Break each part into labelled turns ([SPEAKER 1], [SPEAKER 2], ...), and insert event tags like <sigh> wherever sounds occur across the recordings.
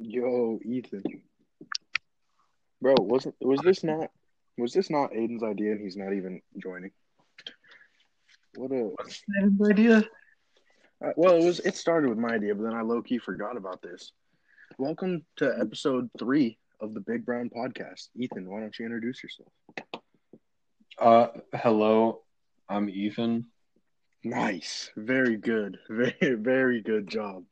[SPEAKER 1] Yo, Ethan. Bro, wasn't was this not was this not Aiden's idea and he's not even joining? What a
[SPEAKER 2] idea.
[SPEAKER 1] uh, well, it was it started with my idea, but then I low key forgot about this. Welcome to episode three of the Big Brown Podcast. Ethan, why don't you introduce yourself?
[SPEAKER 2] Uh, hello, I'm Ethan.
[SPEAKER 1] Nice, very good, <laughs> very very good job.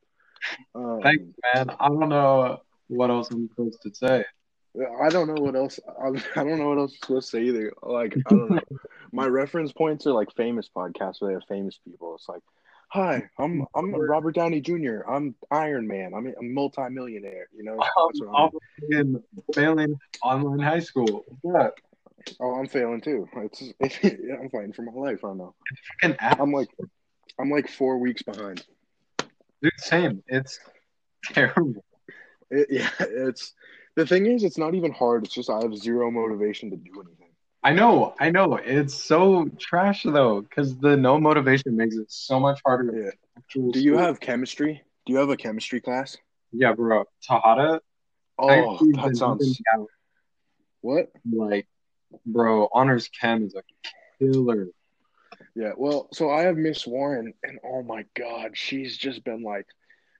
[SPEAKER 1] Um,
[SPEAKER 2] Thanks. Man, I don't know what else I'm supposed to say.
[SPEAKER 1] I don't know what else. I, <laughs> I don't know what else I'm supposed to say either. Like I don't know. My reference points are like famous podcasts where they have famous people. It's like, hi, I'm I'm Robert Downey Jr. I'm Iron Man. I'm a multimillionaire. You know, that's
[SPEAKER 2] I'm,
[SPEAKER 1] what I'm,
[SPEAKER 2] in failing online high school. What's up?
[SPEAKER 1] oh, I'm failing too. It's, <laughs> I'm fighting for my life. I don't know.
[SPEAKER 2] Fucking app-
[SPEAKER 1] I'm like, I'm like four weeks behind.
[SPEAKER 2] Dude, same. It's terrible.
[SPEAKER 1] It, <laughs> yeah, it's the thing is, it's not even hard. It's just I have zero motivation to do anything.
[SPEAKER 2] I know, I know. It's so trash though, because the no motivation makes it so much harder. than
[SPEAKER 1] Yeah.
[SPEAKER 2] actual
[SPEAKER 1] Do you
[SPEAKER 2] school.
[SPEAKER 1] have chemistry? Do you have a chemistry class?
[SPEAKER 2] Yeah, bro. Tahada. I
[SPEAKER 1] Oh,
[SPEAKER 2] actually
[SPEAKER 1] that
[SPEAKER 2] been
[SPEAKER 1] sounds
[SPEAKER 2] down,
[SPEAKER 1] what?
[SPEAKER 2] like, bro. Honors chem is a killer.
[SPEAKER 1] Yeah, well, so I have Miss Warren, and oh my God, she's just been like,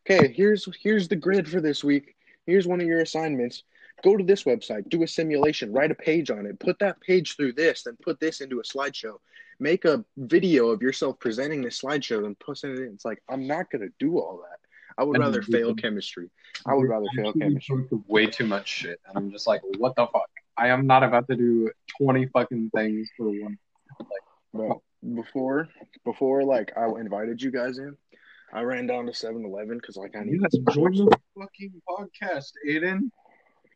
[SPEAKER 1] "Okay, here's here's the grid for this week. Here's one of your assignments. Go to this website, do a simulation, write a page on it, put that page through this, then put this into a slideshow. Make a video of yourself presenting this slideshow, then put it in." It's like I'm not gonna do all that. I would
[SPEAKER 2] And
[SPEAKER 1] rather
[SPEAKER 2] you
[SPEAKER 1] fail
[SPEAKER 2] can- Mm-hmm.
[SPEAKER 1] chemistry. I would rather fail
[SPEAKER 2] Actually,
[SPEAKER 1] chemistry.
[SPEAKER 2] we do Way too much shit, and I'm just like, what the fuck? I am not about to do twenty fucking things for one.
[SPEAKER 1] Bro, before before like I invited you guys in, I ran down to 7-Eleven because like I need
[SPEAKER 2] You guys join the fucking podcast, Aiden.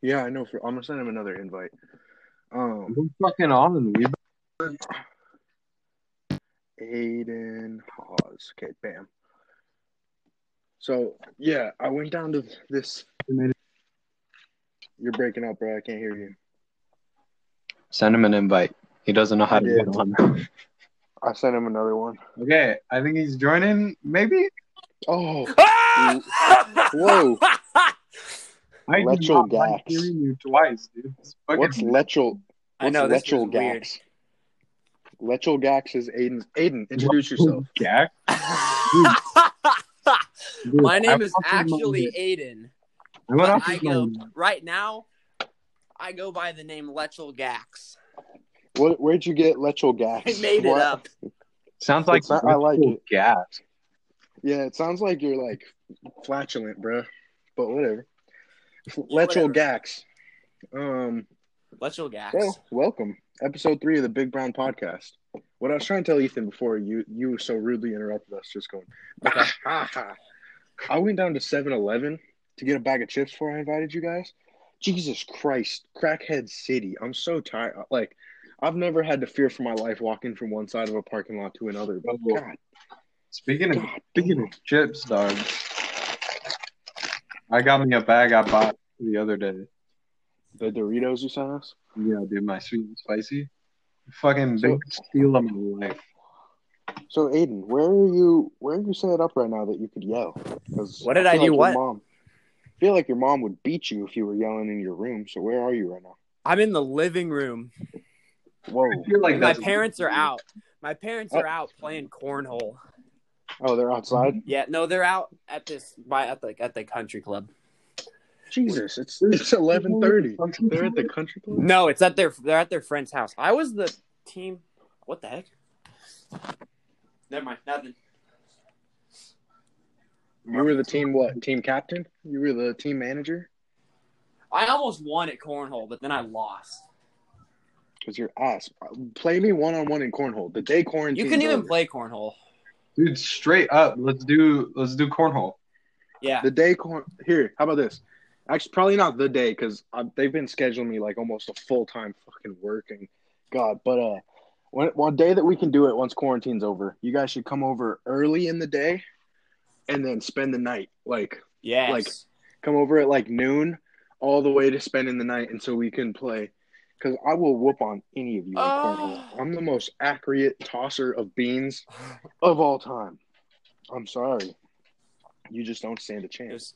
[SPEAKER 1] Yeah, I know. For, I'm gonna send him another invite. Um,
[SPEAKER 2] We're fucking on, and we
[SPEAKER 1] Aiden Hawes. Okay, bam. So yeah, I went down to this. You're breaking up, bro. I can't hear you.
[SPEAKER 2] send him an invite. He doesn't know how to
[SPEAKER 1] Yeah.
[SPEAKER 2] get on.
[SPEAKER 1] I sent him another one.
[SPEAKER 2] <laughs> Okay, I think he's joining. Maybe
[SPEAKER 1] Oh, Whoa.
[SPEAKER 3] Whoa. <laughs>
[SPEAKER 2] I
[SPEAKER 1] Let
[SPEAKER 2] do
[SPEAKER 1] your
[SPEAKER 2] not like
[SPEAKER 1] gas.
[SPEAKER 2] hearing you twice, dude. It's fucking
[SPEAKER 1] what's Lechel?
[SPEAKER 3] I
[SPEAKER 1] What's
[SPEAKER 3] know, this is
[SPEAKER 1] Lechel
[SPEAKER 3] weird.
[SPEAKER 1] Gax? Lechel Gax is Aiden's. Aiden, introduce yourself.
[SPEAKER 2] Jack. Dude,
[SPEAKER 3] <laughs> My name
[SPEAKER 2] I
[SPEAKER 3] is
[SPEAKER 2] went off his
[SPEAKER 3] actually
[SPEAKER 2] mind.
[SPEAKER 3] Aiden.
[SPEAKER 2] I went off
[SPEAKER 3] I
[SPEAKER 2] his
[SPEAKER 3] go-
[SPEAKER 2] mind.
[SPEAKER 3] Right now, I go by the name Lechel Gax.
[SPEAKER 1] What, where'd you get Lechel Gax?
[SPEAKER 3] I made it
[SPEAKER 1] What?
[SPEAKER 3] up.
[SPEAKER 2] Sounds like
[SPEAKER 1] It's not- I like
[SPEAKER 2] Lechel
[SPEAKER 1] it.
[SPEAKER 2] Gas.
[SPEAKER 1] Yeah, it sounds like you're like flatulent, bro. But <laughs> whatever.
[SPEAKER 3] Whatever.
[SPEAKER 1] Lechel Gax. Um.
[SPEAKER 3] Lechel Gax.
[SPEAKER 1] Well, welcome. Episode three of the Big Brown Podcast. What I was trying to tell Ethan before you you so rudely interrupted us, just going,
[SPEAKER 3] Okay.
[SPEAKER 1] ha, ha. <laughs> I went down to 7 Eleven to get a bag of chips before I invited you guys. Jesus Christ, crackhead city. I'm so tired. Like, I've never had to fear for my life walking from one side of a parking lot to another. But
[SPEAKER 2] Oh.
[SPEAKER 1] God,
[SPEAKER 2] Speaking of
[SPEAKER 1] God,
[SPEAKER 2] Speaking of chips, dog, I got me a bag I bought the other day.
[SPEAKER 1] the Doritos you sent us.
[SPEAKER 2] Yeah, dude, my sweet and spicy. Fucking
[SPEAKER 1] So-
[SPEAKER 2] big steal of my life.
[SPEAKER 1] So Aiden, where are you? Where are you set up right now that you could yell? 'Cause
[SPEAKER 3] What did I
[SPEAKER 1] feel
[SPEAKER 3] do
[SPEAKER 1] your
[SPEAKER 3] what?
[SPEAKER 1] Mom, I feel like your mom would beat you if you were yelling in your room. So where are you right now?
[SPEAKER 3] I'm in the living room.
[SPEAKER 1] Whoa!
[SPEAKER 2] I feel like
[SPEAKER 3] My
[SPEAKER 2] that's-
[SPEAKER 3] parents are out. My parents are out playing cornhole.
[SPEAKER 1] Oh, they're outside.
[SPEAKER 3] Yeah, no, they're out at this by at the at the country club.
[SPEAKER 1] Jesus, it's it's eleven thirty. They're at the country club.
[SPEAKER 3] No, it's at their they're at their friend's house. I was the team. What the heck? Never mind, nothing.
[SPEAKER 1] You were the team what? Team captain? You were the team manager?
[SPEAKER 3] I almost won at cornhole, but then I lost.
[SPEAKER 1] Because your ass. Play me one on one in cornhole. The day quarantine.
[SPEAKER 3] You couldn't even play cornhole.
[SPEAKER 2] <laughs> Dude, straight up, let's do let's do <laughs> cornhole.
[SPEAKER 3] Yeah,
[SPEAKER 1] The day corn. Here, how about this? Actually, probably not the day because they've been scheduling me like almost a full time fucking working. God, but uh, one one day that we can do it once quarantine's over, you guys should come over early in the day, and then spend the night. Like,
[SPEAKER 3] yes.
[SPEAKER 1] like- come over at like noon, all the way to spending the night, and so we can play. Because I will whoop on any of you. in cornhole.
[SPEAKER 3] Oh.
[SPEAKER 1] I'm the most accurate tosser of beans of all time. I'm sorry, you just don't stand a
[SPEAKER 3] It
[SPEAKER 1] chance.
[SPEAKER 3] was-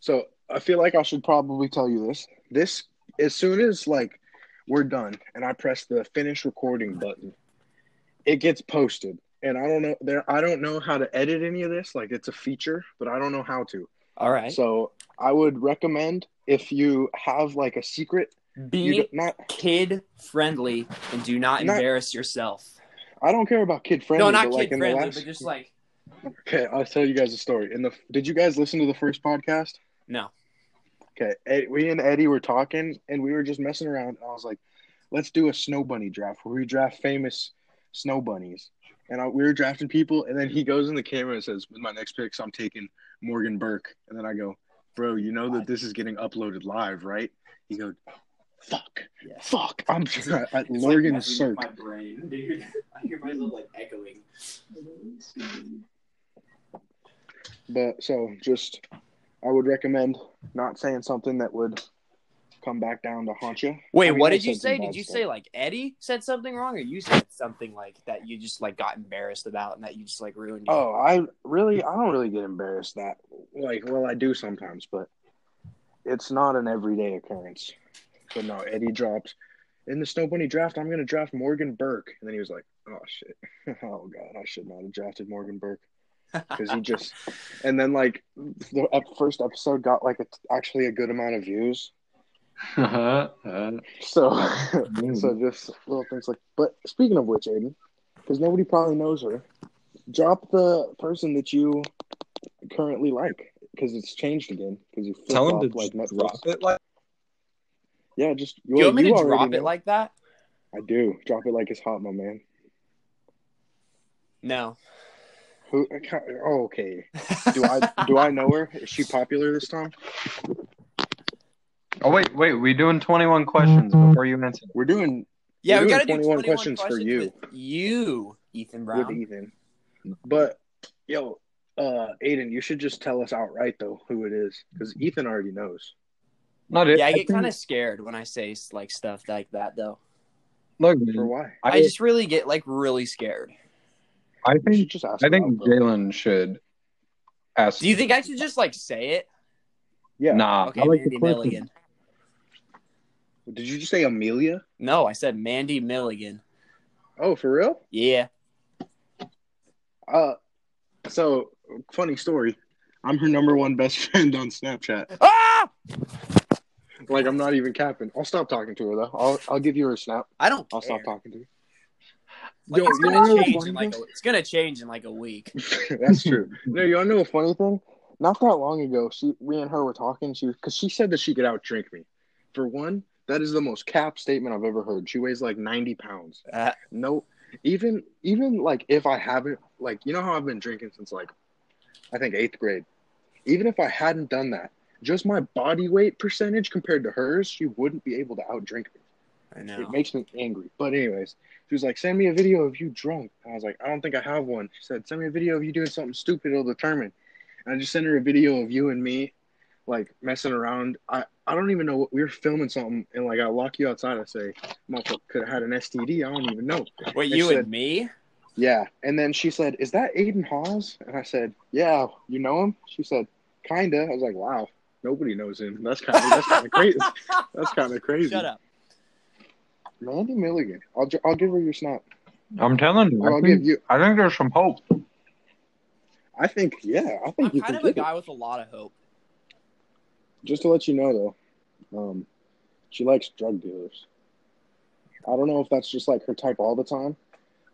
[SPEAKER 1] So I feel like I should probably tell you this. This as soon as like we're done and I press the finish recording button, it gets posted. And I don't know there I don't know how to edit any of this. Like it's a feature, but I don't know how to.
[SPEAKER 3] All right.
[SPEAKER 1] So I would recommend if you have like a secret you
[SPEAKER 3] Be
[SPEAKER 1] don't- not
[SPEAKER 3] kid friendly and do not
[SPEAKER 1] Not-
[SPEAKER 3] embarrass yourself.
[SPEAKER 1] I don't care about kid friendly,
[SPEAKER 3] no, not
[SPEAKER 1] but
[SPEAKER 3] kid
[SPEAKER 1] like in the
[SPEAKER 3] friendly,
[SPEAKER 1] last
[SPEAKER 3] but just like
[SPEAKER 1] Okay, I'll tell you guys a story. In the did you guys listen to the first podcast?
[SPEAKER 3] no.
[SPEAKER 1] Okay, Ed, we and Eddie were talking, and we were just messing around. And I was like, "Let's do a snow bunny draft where we draft famous snow bunnies." And I, we were drafting people, and then he goes in the camera and says, "With my next picks, I'm taking Morgan Burke." And then I go, "Bro, you know that this is getting uploaded live, right?" He goes, "Fuck,
[SPEAKER 3] Yes.
[SPEAKER 1] fuck,
[SPEAKER 3] <laughs>
[SPEAKER 1] I'm trying at
[SPEAKER 3] It's
[SPEAKER 1] Morgan
[SPEAKER 3] like messing
[SPEAKER 1] Burke."
[SPEAKER 3] with My brain, dude. <laughs> I hear myself like echoing.
[SPEAKER 1] But so just, I would recommend not saying something that would come back down to haunt you.
[SPEAKER 3] Wait,
[SPEAKER 1] I mean,
[SPEAKER 3] what
[SPEAKER 1] I
[SPEAKER 3] did you
[SPEAKER 1] said some
[SPEAKER 3] say?
[SPEAKER 1] bad
[SPEAKER 3] Did you
[SPEAKER 1] stuff.
[SPEAKER 3] say like Eddie said something wrong, or you said something like that you just like got embarrassed about and that you just like ruined? your-
[SPEAKER 1] Oh, I really, I don't really get embarrassed that. Like, well, I do sometimes, but it's not an everyday occurrence. So no, Eddie dropped in the Snow Bunny draft. I'm gonna draft Morgan Burke, and then he was like, "Oh shit, <laughs> oh god, I should not have drafted Morgan Burke because he just." and then like the ep- first episode got like a, actually a good amount of views. So, <laughs> so
[SPEAKER 3] Mm-hmm.
[SPEAKER 1] just little things like. But speaking of which, Aiden, because nobody probably knows her, drop the person that you currently like because it's changed again. Because you
[SPEAKER 2] Tell him
[SPEAKER 1] flip-flop
[SPEAKER 2] to
[SPEAKER 1] like Netflix.
[SPEAKER 2] drop it like
[SPEAKER 1] Yeah, just
[SPEAKER 3] Do you want me to
[SPEAKER 1] already
[SPEAKER 3] drop it
[SPEAKER 1] know.
[SPEAKER 3] like that?
[SPEAKER 1] I do. Drop it like it's hot, my man.
[SPEAKER 3] No.
[SPEAKER 1] Who? Oh,
[SPEAKER 3] <laughs>
[SPEAKER 1] okay. Do I do I know her? Is she popular this time?
[SPEAKER 2] Oh wait, wait, we doing twenty one questions before you answer.
[SPEAKER 1] We're doing
[SPEAKER 3] yeah,
[SPEAKER 1] We're
[SPEAKER 3] we
[SPEAKER 1] doing
[SPEAKER 3] gotta do
[SPEAKER 1] 21
[SPEAKER 3] twenty-one
[SPEAKER 1] questions
[SPEAKER 3] questions,
[SPEAKER 1] for you.
[SPEAKER 3] with you, Ethan Brown.
[SPEAKER 1] with Ethan, but yo, uh, Aiden, you should just tell us outright though who it is because Ethan already knows.
[SPEAKER 2] No, dude,
[SPEAKER 3] yeah, I
[SPEAKER 2] I
[SPEAKER 3] get
[SPEAKER 2] think-
[SPEAKER 3] kind of scared when I say like stuff like that, though.
[SPEAKER 2] look.
[SPEAKER 1] For
[SPEAKER 2] Man,
[SPEAKER 1] why?
[SPEAKER 3] I,
[SPEAKER 2] I,
[SPEAKER 3] just really get like really scared.
[SPEAKER 2] I
[SPEAKER 1] You should
[SPEAKER 2] think
[SPEAKER 1] just ask. her
[SPEAKER 2] I
[SPEAKER 1] out,
[SPEAKER 2] think
[SPEAKER 1] bro.
[SPEAKER 2] Jalen should ask.
[SPEAKER 3] Do you think I should just like say it?
[SPEAKER 1] Yeah.
[SPEAKER 2] Nah,
[SPEAKER 3] Okay,
[SPEAKER 2] I like
[SPEAKER 3] Mandy
[SPEAKER 2] the question.
[SPEAKER 3] Milligan.
[SPEAKER 1] Did you just say Amelia?
[SPEAKER 3] No, I said Mandy Milligan.
[SPEAKER 1] Oh, for real?
[SPEAKER 3] Yeah.
[SPEAKER 1] Uh, so funny story. I'm her number one best <laughs> friend on Snapchat.
[SPEAKER 3] Ah!
[SPEAKER 1] Like I'm not even capping. I'll stop talking to her though. I'll I'll give you her snap.
[SPEAKER 3] I don't.
[SPEAKER 1] I'll
[SPEAKER 3] care.
[SPEAKER 1] stop talking to you.
[SPEAKER 3] Like,
[SPEAKER 1] Yo,
[SPEAKER 3] it's
[SPEAKER 1] you wanna know
[SPEAKER 3] gonna
[SPEAKER 1] the
[SPEAKER 3] change
[SPEAKER 1] funny
[SPEAKER 3] in like a,
[SPEAKER 1] thing?
[SPEAKER 3] it's gonna change in like a week.
[SPEAKER 1] That's true.
[SPEAKER 2] <laughs>
[SPEAKER 1] No, you want to know a funny thing? Not that long ago, she, we and her were talking. She, because she said that she could outdrink me. For one, that is the most cap statement I've ever heard. She weighs like ninety pounds.
[SPEAKER 3] Uh,
[SPEAKER 1] No, even even like if I haven't like you know how I've been drinking since like I think eighth grade. Even if I hadn't done that, just my body weight percentage compared to hers, she wouldn't be able to outdrink me.
[SPEAKER 3] I
[SPEAKER 1] It
[SPEAKER 3] know.
[SPEAKER 1] makes me angry. But anyways, she was like, "Send me a video of you drunk." I was like, "I don't think I have one." She said, "Send me a video of you doing something stupid. It'll determine." And I just sent her a video of you and me, like messing around. I I don't even know what we were filming something, and like I walk you outside. I say, "Motherfucker could have had an STD. <laughs> I don't even know."
[SPEAKER 3] Wait,
[SPEAKER 1] It
[SPEAKER 3] you
[SPEAKER 1] said-
[SPEAKER 3] and me?
[SPEAKER 1] Yeah. And then she said, Is that Aiden Hawes? And I said, Yeah, you know him? She said, Kinda. I was like, Wow, nobody knows him. That's kinda that's kinda
[SPEAKER 3] <laughs>
[SPEAKER 1] crazy. That's kinda crazy.
[SPEAKER 3] Shut up.
[SPEAKER 1] Mandy Milligan. I'll ju- I'll give her your snap.
[SPEAKER 2] I'm telling you,
[SPEAKER 1] Or
[SPEAKER 2] I
[SPEAKER 1] I'll give
[SPEAKER 2] think,
[SPEAKER 1] you
[SPEAKER 2] I think there's some hope.
[SPEAKER 1] I think yeah, I think
[SPEAKER 3] I'm
[SPEAKER 1] you
[SPEAKER 3] kind
[SPEAKER 1] can
[SPEAKER 3] of a
[SPEAKER 1] give it.
[SPEAKER 3] guy with a lot of hope.
[SPEAKER 1] Just to let you know though, um she likes drug dealers. I don't know if that's just like her type all the time,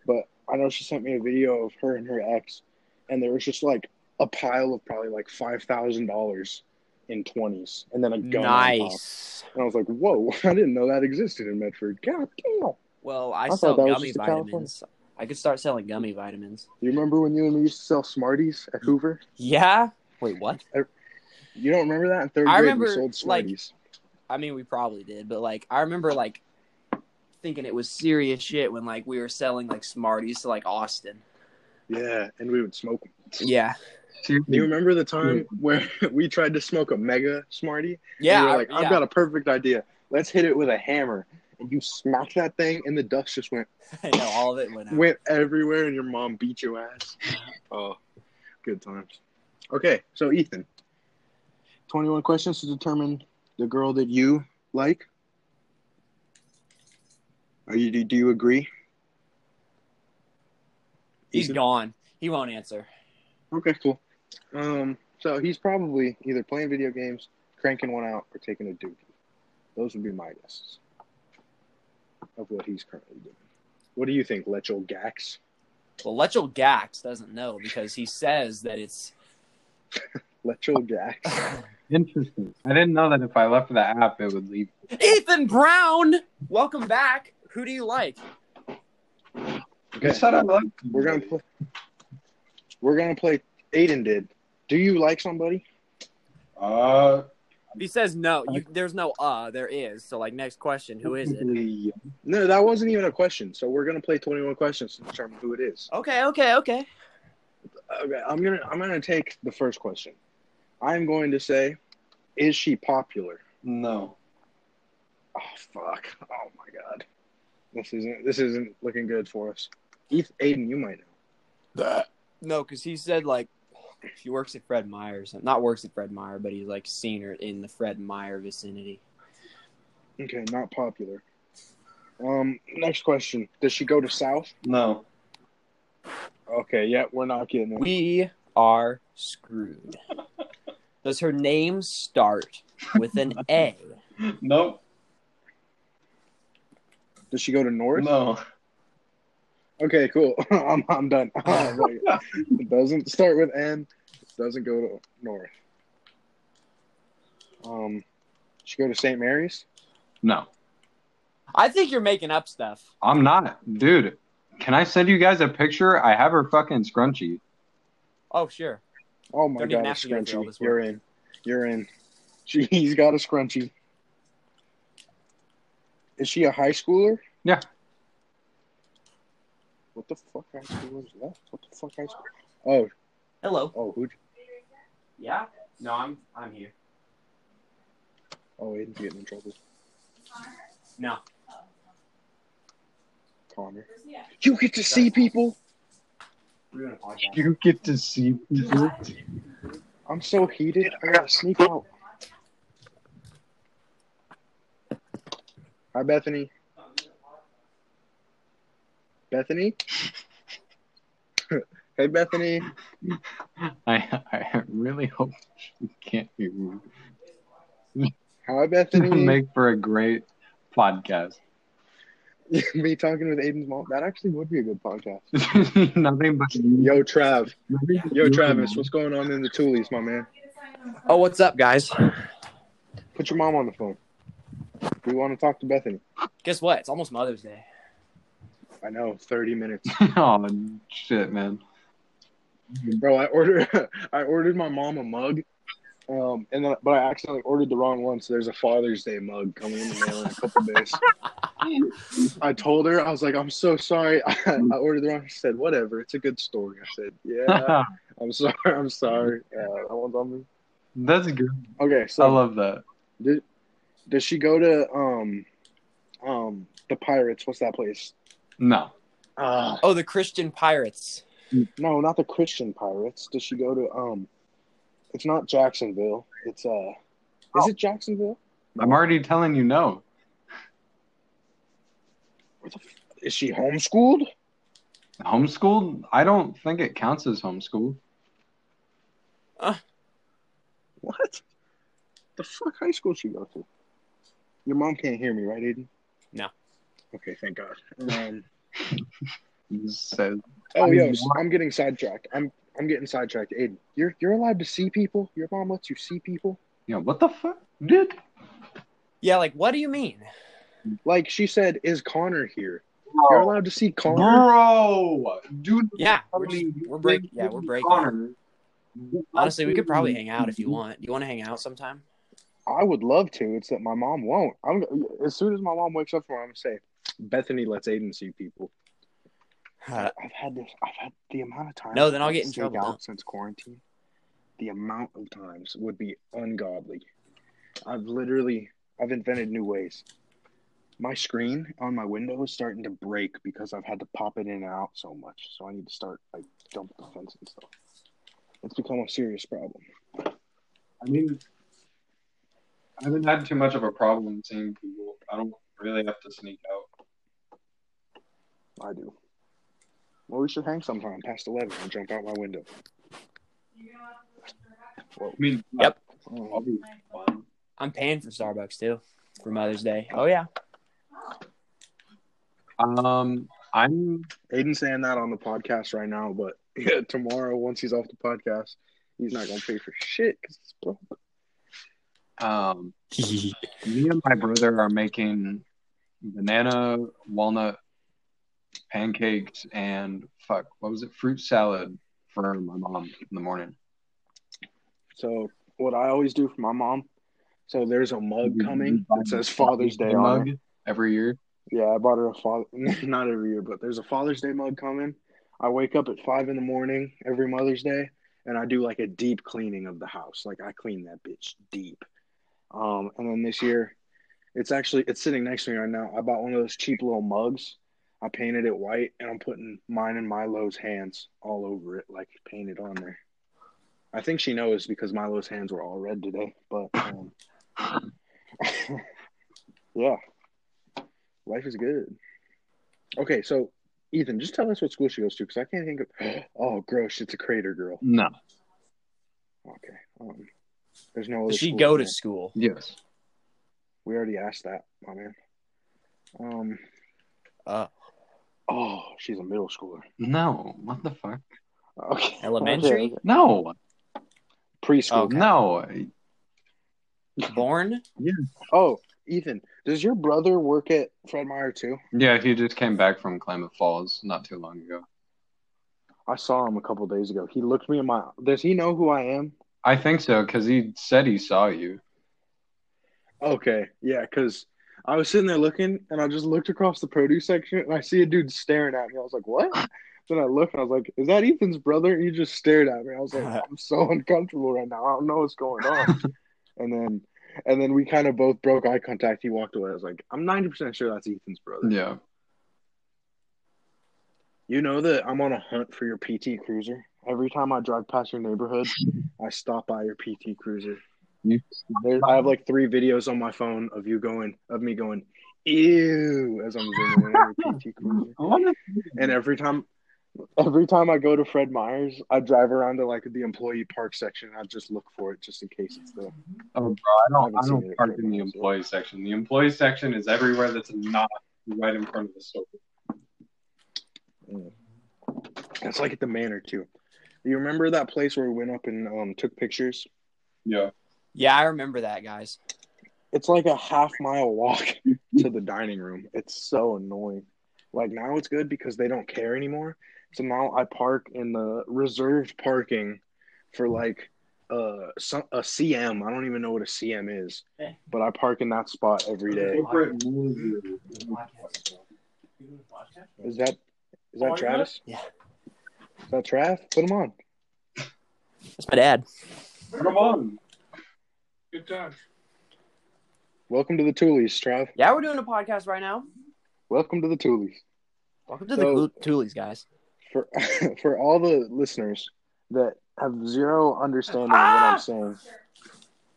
[SPEAKER 1] but I know she sent me a video of her and her ex and there was just like a pile of probably like five thousand dollars in twenties and then a gun. on top.
[SPEAKER 3] Nice.
[SPEAKER 1] And I was like, whoa, <laughs> I didn't know that existed in Medford. God damn.
[SPEAKER 3] Well, I,
[SPEAKER 1] I thought
[SPEAKER 3] sell
[SPEAKER 1] that was
[SPEAKER 3] gummy
[SPEAKER 1] just a California-
[SPEAKER 3] vitamins. I could start selling gummy vitamins.
[SPEAKER 1] You remember when you and me used to sell Smarties at Hoover?
[SPEAKER 3] Yeah. Wait, what?
[SPEAKER 1] You don't remember that? In third
[SPEAKER 3] I
[SPEAKER 1] grade, we
[SPEAKER 3] remember,
[SPEAKER 1] sold
[SPEAKER 3] like-
[SPEAKER 1] Smarties.
[SPEAKER 3] I mean, we probably did, but like, I remember like thinking it was serious shit when like we were selling like Smarties to like Austin.
[SPEAKER 1] yeah, and we would smoke 'em.
[SPEAKER 3] Yeah.
[SPEAKER 1] Do you
[SPEAKER 2] Mm.
[SPEAKER 1] remember the time where <laughs> we tried to smoke a mega Smartie?
[SPEAKER 3] Yeah.
[SPEAKER 1] And we
[SPEAKER 3] I-
[SPEAKER 1] were like,
[SPEAKER 3] yeah.
[SPEAKER 1] I've got a perfect idea. Let's hit it with a hammer. And you smacked that thing, and the dust just went
[SPEAKER 3] <laughs> I know all of it went out.
[SPEAKER 1] went everywhere, and your mom beat your ass. Oh, good times. Okay, so Ethan, 21 questions to determine the girl that you like. Are you do, do you agree?
[SPEAKER 3] He's
[SPEAKER 1] Ethan?
[SPEAKER 3] gone. He won't answer.
[SPEAKER 1] Okay, cool. Um, so he's probably either playing video games, cranking one out, or taking a dookie. Those would be my guesses of what he's currently doing. What do you think, Lecho Gax?
[SPEAKER 3] Well, Lechel Gax doesn't know because he says that it's.
[SPEAKER 1] Lecho Gax. <laughs>
[SPEAKER 2] Interesting. I didn't know that if I left the app, it would leave.
[SPEAKER 3] Ethan Brown, welcome back. Who do you like?
[SPEAKER 2] You said I liked you.
[SPEAKER 1] We're gonna play. We're gonna play. Aiden did. Do you like somebody?
[SPEAKER 2] Uh,
[SPEAKER 3] He says no. You, there's no uh. There is. So like next question, who
[SPEAKER 1] <laughs>
[SPEAKER 3] is it?
[SPEAKER 2] technically,
[SPEAKER 1] No, that wasn't even a question. So we're gonna play twenty-one questions to determine who it is.
[SPEAKER 3] Okay, okay, okay.
[SPEAKER 1] Okay, I'm gonna I'm gonna take the first question. I'm going to say, is she popular?
[SPEAKER 2] No.
[SPEAKER 1] Oh fuck! Oh my god! This isn't this isn't looking good for us. Eth- Aiden, you might know.
[SPEAKER 3] No, because he said like she works at Fred Meyer. Or something. Not works at Fred Meyer, but he's like seen her in the Fred Meyer vicinity.
[SPEAKER 1] Okay, not popular. Um, next question. Does she go to South?
[SPEAKER 2] No.
[SPEAKER 1] Okay, yeah, we're not getting it.
[SPEAKER 3] We are screwed. Does her name start with an A?
[SPEAKER 2] Nope.
[SPEAKER 1] Does she go to North?
[SPEAKER 2] No.
[SPEAKER 1] Okay, cool. <laughs> I'm I'm done. it doesn't start with N. Doesn't go to North. Um, she go to St. Mary's.
[SPEAKER 2] No.
[SPEAKER 3] I think you're making up stuff.
[SPEAKER 2] I'm not, dude. Can I send you guys a picture? I have her fucking scrunchie.
[SPEAKER 3] Oh sure.
[SPEAKER 1] Oh my
[SPEAKER 3] Don't even
[SPEAKER 1] god, a
[SPEAKER 3] have to go through all
[SPEAKER 1] scrunchie.
[SPEAKER 3] this work.
[SPEAKER 1] You're in. You're in. <laughs> She, he's got a scrunchie. Is she a high schooler?
[SPEAKER 2] Yeah.
[SPEAKER 1] What the fuck high schoolers left? What the fuck high school? Oh,
[SPEAKER 3] Hello.
[SPEAKER 1] oh, who?
[SPEAKER 3] Yeah. No, I'm I'm here.
[SPEAKER 1] Oh, Aiden's getting in trouble.
[SPEAKER 3] No.
[SPEAKER 1] Connor. You get to see people.
[SPEAKER 3] We're doing a podcast.
[SPEAKER 2] You get to see people.
[SPEAKER 1] I'm so heated. I gotta sneak out. Hi, Bethany. Bethany. <laughs> hey, Bethany.
[SPEAKER 2] <laughs> I, I really hope she can't hear me.
[SPEAKER 1] Hi, Bethany.
[SPEAKER 2] <laughs>
[SPEAKER 1] <laughs>
[SPEAKER 2] Make for a great podcast. <laughs>
[SPEAKER 1] Me talking with Aiden's mom. That actually would be a good podcast.
[SPEAKER 2] Nothing but you.
[SPEAKER 1] Yo, Trav. Yo,
[SPEAKER 2] you
[SPEAKER 1] Travis.
[SPEAKER 2] and-
[SPEAKER 1] What's going on in the Toolies, my man?
[SPEAKER 3] Oh, what's up, guys?
[SPEAKER 1] Put your mom on the phone. We want to talk to Bethany.
[SPEAKER 3] Guess what? It's almost Mother's Day.
[SPEAKER 1] I know, 30 minutes.
[SPEAKER 2] <laughs> oh shit, man.
[SPEAKER 1] Bro, I ordered <laughs> I ordered my mom a mug. Um, and then, but I accidentally ordered the wrong one, so there's a Father's Day mug coming in the mail in a
[SPEAKER 2] <laughs>
[SPEAKER 1] couple days. I told her I was like, "I'm so sorry, <laughs> I,
[SPEAKER 2] Mm.
[SPEAKER 1] I ordered the wrong." She said, "Whatever, it's a good story." I said,
[SPEAKER 2] <laughs>
[SPEAKER 1] "Yeah, I'm sorry, I'm sorry." Uh, I want something.
[SPEAKER 2] <laughs> That's good.
[SPEAKER 1] Okay,
[SPEAKER 2] I
[SPEAKER 1] so
[SPEAKER 2] love that.
[SPEAKER 1] Did, does she go to um um the pirates? What's that place?
[SPEAKER 2] No. Ah.
[SPEAKER 1] Uh,
[SPEAKER 3] Oh, the Christian Pirates.
[SPEAKER 1] no, not the Christian pirates. Does she go to um? It's not Jacksonville. It's uh,
[SPEAKER 2] Oh.
[SPEAKER 1] is it Jacksonville?
[SPEAKER 2] I'm already telling you no.
[SPEAKER 1] Is she homeschooled?
[SPEAKER 2] Homeschooled? I don't think it counts as homeschooled.
[SPEAKER 1] What? The fuck high school she go to? Your mom can't hear me, right, Aiden?
[SPEAKER 3] No.
[SPEAKER 1] Okay, thank God. Um,
[SPEAKER 2] It says-
[SPEAKER 1] oh, yo, I'm getting sidetracked. I'm I'm getting sidetracked. Aiden, you're you're allowed to see people. Your mom lets you see people.
[SPEAKER 2] yeah, what the fuck, dude?
[SPEAKER 3] Yeah, like what do you mean?
[SPEAKER 1] Like she said, is Connor here? You're allowed to see Connor.
[SPEAKER 2] Bro, dude.
[SPEAKER 3] Yeah, we're just- we're break- yeah, we're breaking.
[SPEAKER 2] Connor.
[SPEAKER 3] Honestly, we could probably hang out if you want. Do you want to hang out sometime?
[SPEAKER 1] I would love to. It's that my mom won't. I'm as soon as my mom wakes up tomorrow, I'm gonna say, Bethany lets Aiden see people. I've had this. I've had the amount of time.
[SPEAKER 3] No, then I'll get in
[SPEAKER 1] I've stayed
[SPEAKER 3] trouble,
[SPEAKER 1] out
[SPEAKER 3] don't.
[SPEAKER 1] since quarantine. The amount of times would be ungodly. I've literally. I've invented new ways. My screen on my window is starting to break because I've had to pop it in and out so much. So I need to start like jump the fence and stuff. It's become a serious problem.
[SPEAKER 2] I mean, I haven't had too much of a problem seeing people. I don't really have to sneak out.
[SPEAKER 1] I do. Well, we should hang sometime past 11 and jump out my window.
[SPEAKER 2] I mean,
[SPEAKER 3] Yep.
[SPEAKER 2] I'll be fun.
[SPEAKER 3] I'm paying for Starbucks too for Mother's Day. Oh yeah.
[SPEAKER 2] Um, I'm
[SPEAKER 1] Aiden's saying that on the podcast right now, but <laughs> yeah, tomorrow, once he's off the podcast, he's not going to pay for shit because it's broke.
[SPEAKER 2] um, me and my brother are making banana walnut pancakes and fuck, what was it? Fruit salad for my mom in the morning.
[SPEAKER 1] So, what I always do for my mom, so there's a mug
[SPEAKER 2] We- we
[SPEAKER 1] coming
[SPEAKER 2] buy
[SPEAKER 1] that says
[SPEAKER 2] a
[SPEAKER 1] Father's Day on it.
[SPEAKER 2] mug every year.
[SPEAKER 1] Yeah, I bought her a father <laughs> not every year, but there's a Father's Day mug coming. I wake up at five in the morning every Mother's Day, and I do like a deep cleaning of the house. Like I clean that bitch deep. Um, and then this year, it's actually it's sitting next to me right now. I bought one of those cheap little mugs. I painted it white, and I'm putting mine and Milo's hands all over it, like painted on there. I think she knows because Milo's hands were all red today. But um, <laughs> yeah, life is good. Okay, so Ethan, just tell us what school she goes to because I can't think of. <gasps> Oh, gross! It's a crater girl.
[SPEAKER 2] No.
[SPEAKER 1] Okay. Um, there's no. Other
[SPEAKER 3] Does she
[SPEAKER 1] school
[SPEAKER 3] go
[SPEAKER 1] for
[SPEAKER 3] to
[SPEAKER 1] that.
[SPEAKER 3] school?
[SPEAKER 2] Yes.
[SPEAKER 1] We already asked that, my man. Um.
[SPEAKER 3] Uh,
[SPEAKER 1] Oh, she's a middle schooler.
[SPEAKER 2] No. What the fuck?
[SPEAKER 1] Okay. <laughs>
[SPEAKER 3] Elementary?
[SPEAKER 1] Okay.
[SPEAKER 2] No.
[SPEAKER 1] Preschool.
[SPEAKER 3] Okay.
[SPEAKER 2] No.
[SPEAKER 3] born?
[SPEAKER 1] Oh, Ethan, does your brother work at Fred Meyer too?
[SPEAKER 2] Yeah, he just came back from Klamath Falls not too long ago.
[SPEAKER 1] I saw him a couple days ago. He looked me in my. Does he know who I am?
[SPEAKER 2] I think so because he said he saw you.
[SPEAKER 1] Okay, yeah, because I was sitting there looking, and I just looked across the produce section, and I see a dude staring at me. I was like, "What?" Then I looked, and I was like, "Is that Ethan's brother?" And he just stared at me. I was like, "I'm so uncomfortable right now. I don't know what's going on." and then, and then we kind of both broke eye contact. He walked away. I was like, "I'm 90 percent sure that's Ethan's brother."
[SPEAKER 2] Yeah.
[SPEAKER 1] You know that I'm on a hunt for your PT Cruiser. Every time I drive past your neighborhood, I stop by your PT Cruiser.
[SPEAKER 2] You-
[SPEAKER 1] There, I have like three videos on my phone of you going, of me going, ew, as I'm zooming in on your PT Cruiser. And every time, every time I go to Fred Meyer's, I drive around to like the employee park section. I just look for it just in case it's there.
[SPEAKER 2] Oh, bro, I
[SPEAKER 1] I
[SPEAKER 2] don't,
[SPEAKER 1] haven't
[SPEAKER 2] I
[SPEAKER 1] seen
[SPEAKER 2] don't
[SPEAKER 1] it
[SPEAKER 2] park
[SPEAKER 1] for
[SPEAKER 2] in the
[SPEAKER 1] months, yeah.
[SPEAKER 2] employee section. The employee section is everywhere that's not right in front of the store.
[SPEAKER 1] It's like at the manor too. You remember that place where we went up and um, took pictures?
[SPEAKER 2] Yeah.
[SPEAKER 3] Yeah, I remember that, guys.
[SPEAKER 1] it's like a half mile walk <laughs> to the dining room. It's so annoying. Like now it's good because they don't care anymore. So now I park in the reserved parking for like uh some, a CM. I don't even know what a CM is,
[SPEAKER 3] Okay.
[SPEAKER 1] but I park in that spot every day.
[SPEAKER 2] Corporate rules.
[SPEAKER 1] Is that is that
[SPEAKER 2] Oh, yeah.
[SPEAKER 1] Travis?
[SPEAKER 3] Yeah.
[SPEAKER 1] Is that Trav? Put him on.
[SPEAKER 3] That's my dad.
[SPEAKER 2] Come on. Good time.
[SPEAKER 1] Welcome to the Toolies, Trav.
[SPEAKER 3] Yeah, we're doing a podcast right now.
[SPEAKER 1] Welcome to the Toolies.
[SPEAKER 3] Welcome to
[SPEAKER 1] So-
[SPEAKER 3] the Glu- Toolies, guys.
[SPEAKER 1] For <laughs> for all the listeners that have zero understanding of what
[SPEAKER 3] Ah!
[SPEAKER 1] I'm saying,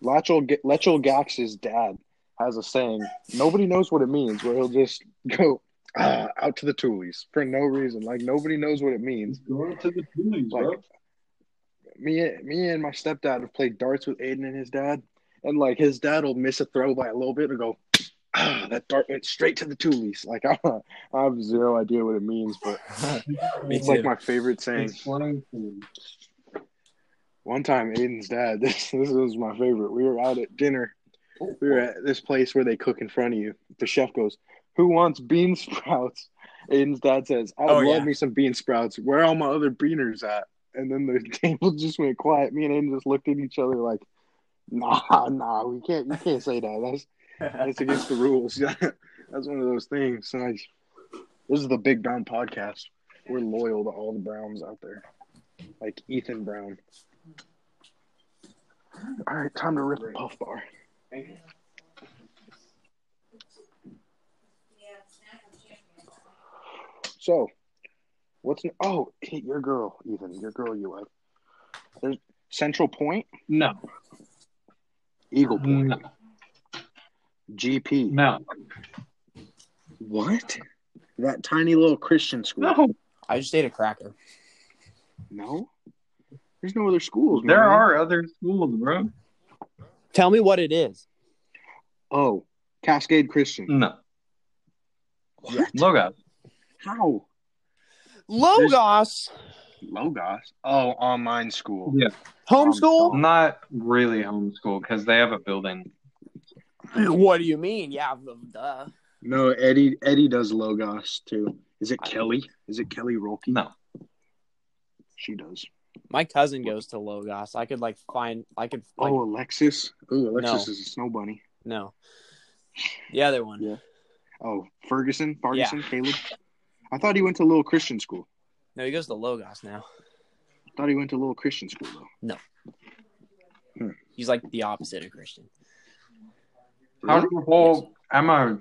[SPEAKER 1] Lachel Ga- Lachel Gax's dad has a saying. Nobody knows what it means, where he'll just go ah, out to the toolies for no reason. Like nobody knows what it means.
[SPEAKER 2] Go to the toolies,
[SPEAKER 1] Like,
[SPEAKER 2] bro.
[SPEAKER 1] Me, me, and my stepdad have played darts with Aiden and his dad, and like his dad will miss a throw by a little bit and go, ah, that dart went straight to the toolies. Like <laughs> I, I have zero idea what it means, but
[SPEAKER 3] <laughs> Me
[SPEAKER 1] it's like
[SPEAKER 3] too.
[SPEAKER 1] my favorite saying.
[SPEAKER 2] It's slang for-
[SPEAKER 1] One time, Aiden's dad. <laughs> This this was my favorite. We were out at dinner. We were at this place where they cook in front of you. The chef goes, "Who wants bean <laughs> sprouts?" Aiden's dad says, "I would
[SPEAKER 3] Oh,
[SPEAKER 1] love
[SPEAKER 3] yeah.
[SPEAKER 1] me some bean sprouts. Where are all my other beaners at?" And then the <laughs> table just went quiet. Me and Aiden just looked at each other like, "Nah, nah, we can't. You can't say that. That's
[SPEAKER 3] <laughs>
[SPEAKER 1] that's against the rules. <laughs> Yeah, that's one of those things. Like, this is the Big Brown podcast. We're loyal to all the Browns out there, like Ethan Brown. All right, time to rip a puff bar. So, what's n- oh hey, your girl Ethan, your girl you like? There's Central Point,
[SPEAKER 2] No. Uh,
[SPEAKER 1] Eagle Point.
[SPEAKER 2] No.
[SPEAKER 1] GP.
[SPEAKER 2] No.
[SPEAKER 1] What? That tiny little Christian school?
[SPEAKER 3] I just ate a cracker.
[SPEAKER 1] No? There's no other schools.
[SPEAKER 2] There
[SPEAKER 1] man.
[SPEAKER 2] are other schools, bro.
[SPEAKER 3] Tell me what it is.
[SPEAKER 1] Oh, Cascade Christian.
[SPEAKER 2] No.
[SPEAKER 1] What?
[SPEAKER 2] Logos.
[SPEAKER 1] How?
[SPEAKER 3] Logos
[SPEAKER 1] Logos. Oh, online school.
[SPEAKER 2] Yeah.
[SPEAKER 3] homeschool.
[SPEAKER 2] Not really homeschool because they have a building.
[SPEAKER 1] Um,
[SPEAKER 3] What do you mean? Yeah, duh.
[SPEAKER 1] No, Eddie. Eddie does Logos too. Is it Kelly? Is it Kelly Rolke?
[SPEAKER 2] No.
[SPEAKER 1] She does.
[SPEAKER 3] My cousin goes to Logos. I could like find. I could. Like,
[SPEAKER 1] oh, Alexis. Oh, Alexis
[SPEAKER 3] No.
[SPEAKER 1] is a snow bunny.
[SPEAKER 3] no. The other one.
[SPEAKER 1] Yeah. Oh, Ferguson. Ferguson. Caleb. I thought he went to a little Christian school.
[SPEAKER 3] No, he goes to Logos now.
[SPEAKER 1] I thought he went to a little Christian school though.
[SPEAKER 3] He's like the opposite of Christian.
[SPEAKER 2] How's the whole? I'm a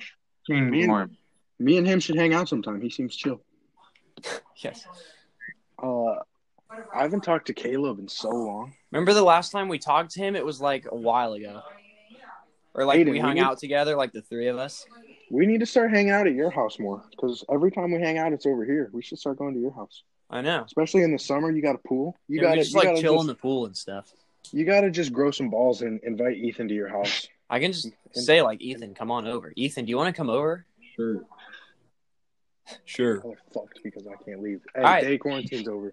[SPEAKER 2] teen
[SPEAKER 1] Me and-
[SPEAKER 2] dorm.
[SPEAKER 1] Me and him should hang out sometime. He seems chill.
[SPEAKER 3] Yes.
[SPEAKER 1] Uh, I haven't talked to Caleb in so long.
[SPEAKER 3] Remember the last time we talked to him? It was like a while ago. Or like
[SPEAKER 1] Aiden,
[SPEAKER 3] we
[SPEAKER 1] we
[SPEAKER 3] hung
[SPEAKER 1] need-
[SPEAKER 3] out together, like the three of us.
[SPEAKER 1] We need to start hanging out at your house more because every time we hang out, it's over here. We should start going to your house,
[SPEAKER 3] I know.
[SPEAKER 1] especially in the summer. You got a pool. You
[SPEAKER 3] You
[SPEAKER 1] got to
[SPEAKER 3] just like
[SPEAKER 1] gotta
[SPEAKER 3] chill
[SPEAKER 1] just-
[SPEAKER 3] in the pool and stuff.
[SPEAKER 1] You gotta just grow some balls and invite Ethan to your house.
[SPEAKER 3] I can just say like Ethan, come on over. Ethan, do you want to come over?
[SPEAKER 2] Sure.
[SPEAKER 3] Sure.
[SPEAKER 1] Oh, fucked because I can't leave. Hey,
[SPEAKER 3] Alright.
[SPEAKER 1] day quarantine's over.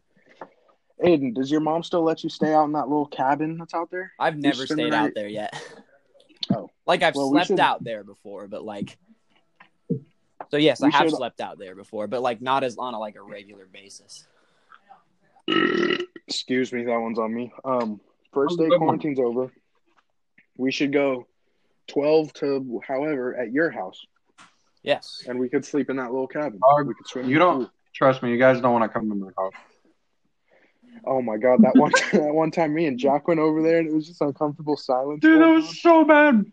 [SPEAKER 1] Aiden, does your mom still let you stay out in that little cabin that's out there?
[SPEAKER 3] I've never
[SPEAKER 1] spend the
[SPEAKER 3] stayed
[SPEAKER 1] night-
[SPEAKER 3] out there yet.
[SPEAKER 1] Oh.
[SPEAKER 3] <laughs> Like I've
[SPEAKER 1] Well, we
[SPEAKER 3] slept
[SPEAKER 1] should-
[SPEAKER 3] out there before, but like So yes, I
[SPEAKER 1] We
[SPEAKER 3] have
[SPEAKER 1] should-
[SPEAKER 3] slept out there before, but like not as on a like a regular basis.
[SPEAKER 1] Excuse me, that one's on me. Um, first
[SPEAKER 2] Oh,
[SPEAKER 1] day
[SPEAKER 2] good one.
[SPEAKER 1] quarantine's over. We should go twelve to however at your house,
[SPEAKER 3] Yes.
[SPEAKER 1] and we could sleep in that little cabin.
[SPEAKER 2] Uh,
[SPEAKER 1] we could swim. in
[SPEAKER 2] You
[SPEAKER 1] the
[SPEAKER 2] don't trust me. You guys don't want to come to my house.
[SPEAKER 1] pool. Oh my god, that one <laughs> that one time, me and Jack went over there, and it was just uncomfortable silence.
[SPEAKER 2] Dude, that
[SPEAKER 1] going on.
[SPEAKER 2] was so bad.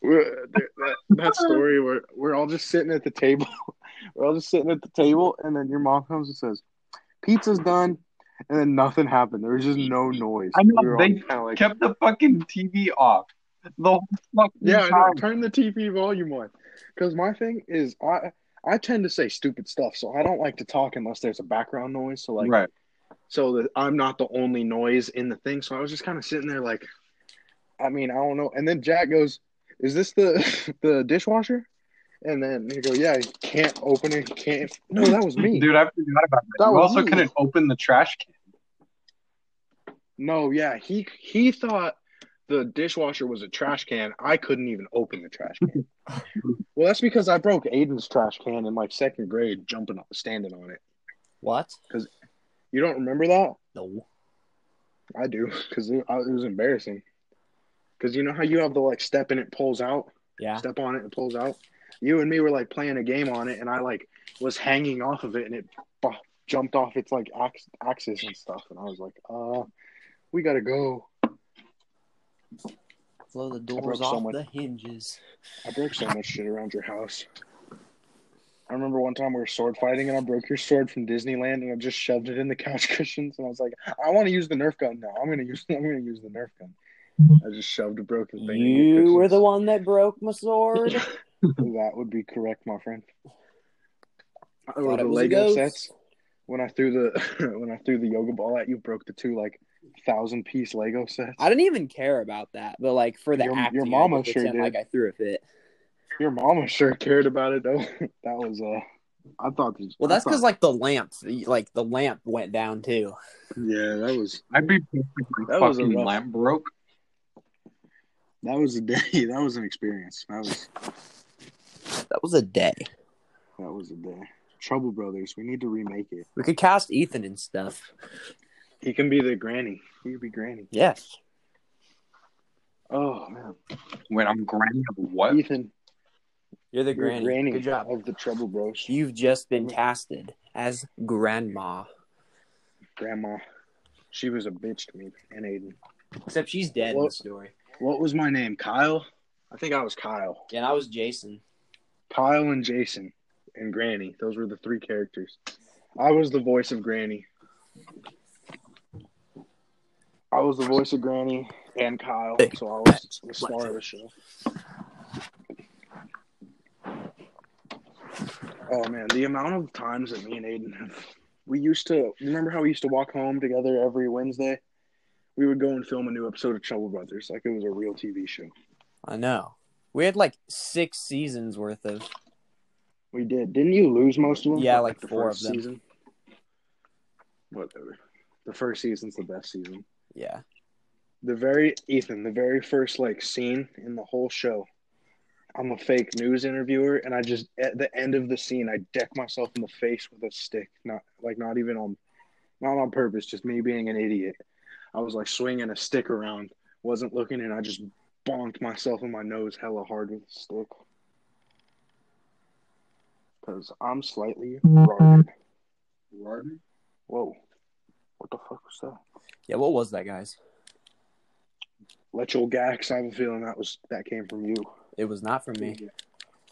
[SPEAKER 1] We're- there- that, that story where we're all just sitting at the table. <laughs> We're all just sitting at the table, and then your mom comes and says, "Pizza's done," and then nothing happened. There was just no noise.
[SPEAKER 2] I know,
[SPEAKER 1] We were
[SPEAKER 2] they
[SPEAKER 1] all kinda like,
[SPEAKER 2] Kept the fucking TV off. The whole fucking
[SPEAKER 1] yeah, I know.
[SPEAKER 2] time.
[SPEAKER 1] turn the TV volume on. Because my thing is, I I tend to say stupid stuff, so I don't like to talk unless there's a background noise. So like,
[SPEAKER 2] right.
[SPEAKER 1] so that I'm not the only noise in the thing. So I was just kind of sitting there like, I mean, I don't know. And then Jack goes, "Is this the <laughs> the dishwasher?" And then he go, "Yeah, you can't open it. You can't." No, that was me.
[SPEAKER 2] Dude, I forgot about that.
[SPEAKER 1] That
[SPEAKER 2] you
[SPEAKER 1] was
[SPEAKER 2] also
[SPEAKER 1] me.
[SPEAKER 2] couldn't open the trash can.
[SPEAKER 1] No, yeah, he he thought the dishwasher was a trash can. I couldn't even open the trash can. well, that's because I broke Aiden's trash can in like second grade, jumping, standing on it.
[SPEAKER 3] What?
[SPEAKER 1] You don't remember that?
[SPEAKER 3] No.
[SPEAKER 1] I do, because it, I- it was embarrassing. Because you know how you have the like step and it pulls out,
[SPEAKER 3] Yeah.
[SPEAKER 1] step on it and pulls out. You and me were like playing a game on it, and I like was hanging off of it, and it bu- jumped off its like ax- axis and stuff, and I was like, "Uh, we gotta go."
[SPEAKER 3] Blow the
[SPEAKER 1] broke
[SPEAKER 3] doors
[SPEAKER 1] so
[SPEAKER 3] off
[SPEAKER 1] much.
[SPEAKER 3] the hinges.
[SPEAKER 1] I broke so much shit around your house. I remember one time we were sword fighting, and I broke your sword from Disneyland, and I just shoved it in the couch <laughs> cushions, and I was like, "I want to use the Nerf gun now. I'm gonna use. <laughs> I'm gonna use the Nerf gun." I just shoved a broken thing. in your
[SPEAKER 3] You were
[SPEAKER 1] cushions.
[SPEAKER 3] the one that broke
[SPEAKER 1] <laughs>
[SPEAKER 3] my sword.
[SPEAKER 1] That would be correct, my friend. Or
[SPEAKER 3] Thought
[SPEAKER 1] the
[SPEAKER 3] it was a
[SPEAKER 1] Lego
[SPEAKER 3] ghost.
[SPEAKER 1] sets. When I threw the <laughs> when I threw the yoga ball at you, broke the two like thousand piece Lego sets.
[SPEAKER 3] I didn't even care about that, but like for the
[SPEAKER 1] Your- your
[SPEAKER 3] acting, I
[SPEAKER 1] mama
[SPEAKER 3] did
[SPEAKER 1] sure
[SPEAKER 3] pretend
[SPEAKER 1] did.
[SPEAKER 3] Like I threw a fit.
[SPEAKER 1] Your mama sure cared about it though. <laughs> that was uh, I thought. This,
[SPEAKER 3] Well,
[SPEAKER 1] I
[SPEAKER 3] that's because
[SPEAKER 1] thought-
[SPEAKER 3] like the lamp, like the lamp went down too.
[SPEAKER 1] yeah, that was
[SPEAKER 2] I'd be pissed if my
[SPEAKER 1] That was a
[SPEAKER 2] fucking
[SPEAKER 1] rough-
[SPEAKER 2] lamp broke.
[SPEAKER 1] that was a day. <laughs> That was an experience. That was
[SPEAKER 3] That was a day.
[SPEAKER 1] that was a day. Trouble Brothers. We need to remake it.
[SPEAKER 3] We could cast Ethan and stuff.
[SPEAKER 1] He can be the granny. He could be granny.
[SPEAKER 3] Yes.
[SPEAKER 1] Oh man,
[SPEAKER 2] Wait, I'm granny of what?
[SPEAKER 1] Ethan,
[SPEAKER 3] You're the
[SPEAKER 1] you're
[SPEAKER 3] granny.
[SPEAKER 1] granny
[SPEAKER 3] Good job.
[SPEAKER 1] of the Trouble Bros.
[SPEAKER 3] You've just been casted as grandma.
[SPEAKER 1] Grandma, she was a bitch to me and Aiden.
[SPEAKER 3] Except she's dead in
[SPEAKER 1] What?
[SPEAKER 3] the story.
[SPEAKER 1] What was my name? Kyle? I think I was Kyle.
[SPEAKER 3] And I was Jason.
[SPEAKER 1] Kyle and Jason and Granny. Those were the three characters. I was the voice of Granny. I was the voice of Granny and Kyle, so I was the star of the show. Oh man, the amount of times that me and Aiden have we used to remember how we used to walk home together every Wednesday? We would go and film a new episode of Trouble Brothers, like it was a real TV show.
[SPEAKER 3] I know. We had like six seasons worth of.
[SPEAKER 1] We did. Didn't you lose most of them?
[SPEAKER 3] Yeah,
[SPEAKER 1] for,
[SPEAKER 3] like four
[SPEAKER 1] first
[SPEAKER 3] of them.
[SPEAKER 1] Season? Whatever. The first season's the best season.
[SPEAKER 3] Yeah.
[SPEAKER 1] The very Ethan, the very first like scene in the whole show. I'm a fake news interviewer, and I just at the end of the scene, I deck myself in the face with a stick. Not like not even on, not on purpose. Just me being an idiot. I was like swinging a stick around, wasn't looking, and I just bonked myself in my nose hella hard with a stick. Cause I'm slightly retarded.
[SPEAKER 2] Rotten?
[SPEAKER 1] Whoa. What the fuck was that?
[SPEAKER 3] Yeah, what was that, guys?
[SPEAKER 1] Lechel Gax. I have a feeling that was that came from you.
[SPEAKER 3] It was not for me.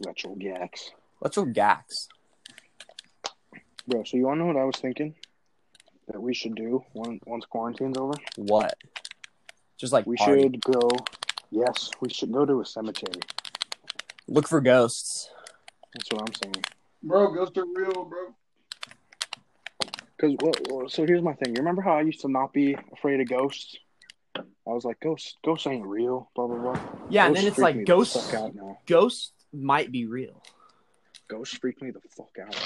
[SPEAKER 1] Lechel Gax.
[SPEAKER 3] Let's go Gax.
[SPEAKER 1] Bro, so you wanna know what I was thinking? That we should do when, once quarantine's over?
[SPEAKER 3] What? Just like
[SPEAKER 1] We
[SPEAKER 3] party.
[SPEAKER 1] should go yes, we should go to a cemetery.
[SPEAKER 3] look for ghosts.
[SPEAKER 1] That's what I'm saying.
[SPEAKER 2] Bro, ghosts are real, bro.
[SPEAKER 1] Cause well, well, so here's my thing. You remember how I used to not be afraid of ghosts? I was like, ghosts, ghosts ain't real, blah blah blah.
[SPEAKER 3] Yeah, and
[SPEAKER 1] Ghosts
[SPEAKER 3] then it's
[SPEAKER 1] freak me
[SPEAKER 3] like
[SPEAKER 1] the
[SPEAKER 3] ghosts.
[SPEAKER 1] Fuck out now.
[SPEAKER 3] Ghosts might be real.
[SPEAKER 1] Ghosts freak me the fuck out.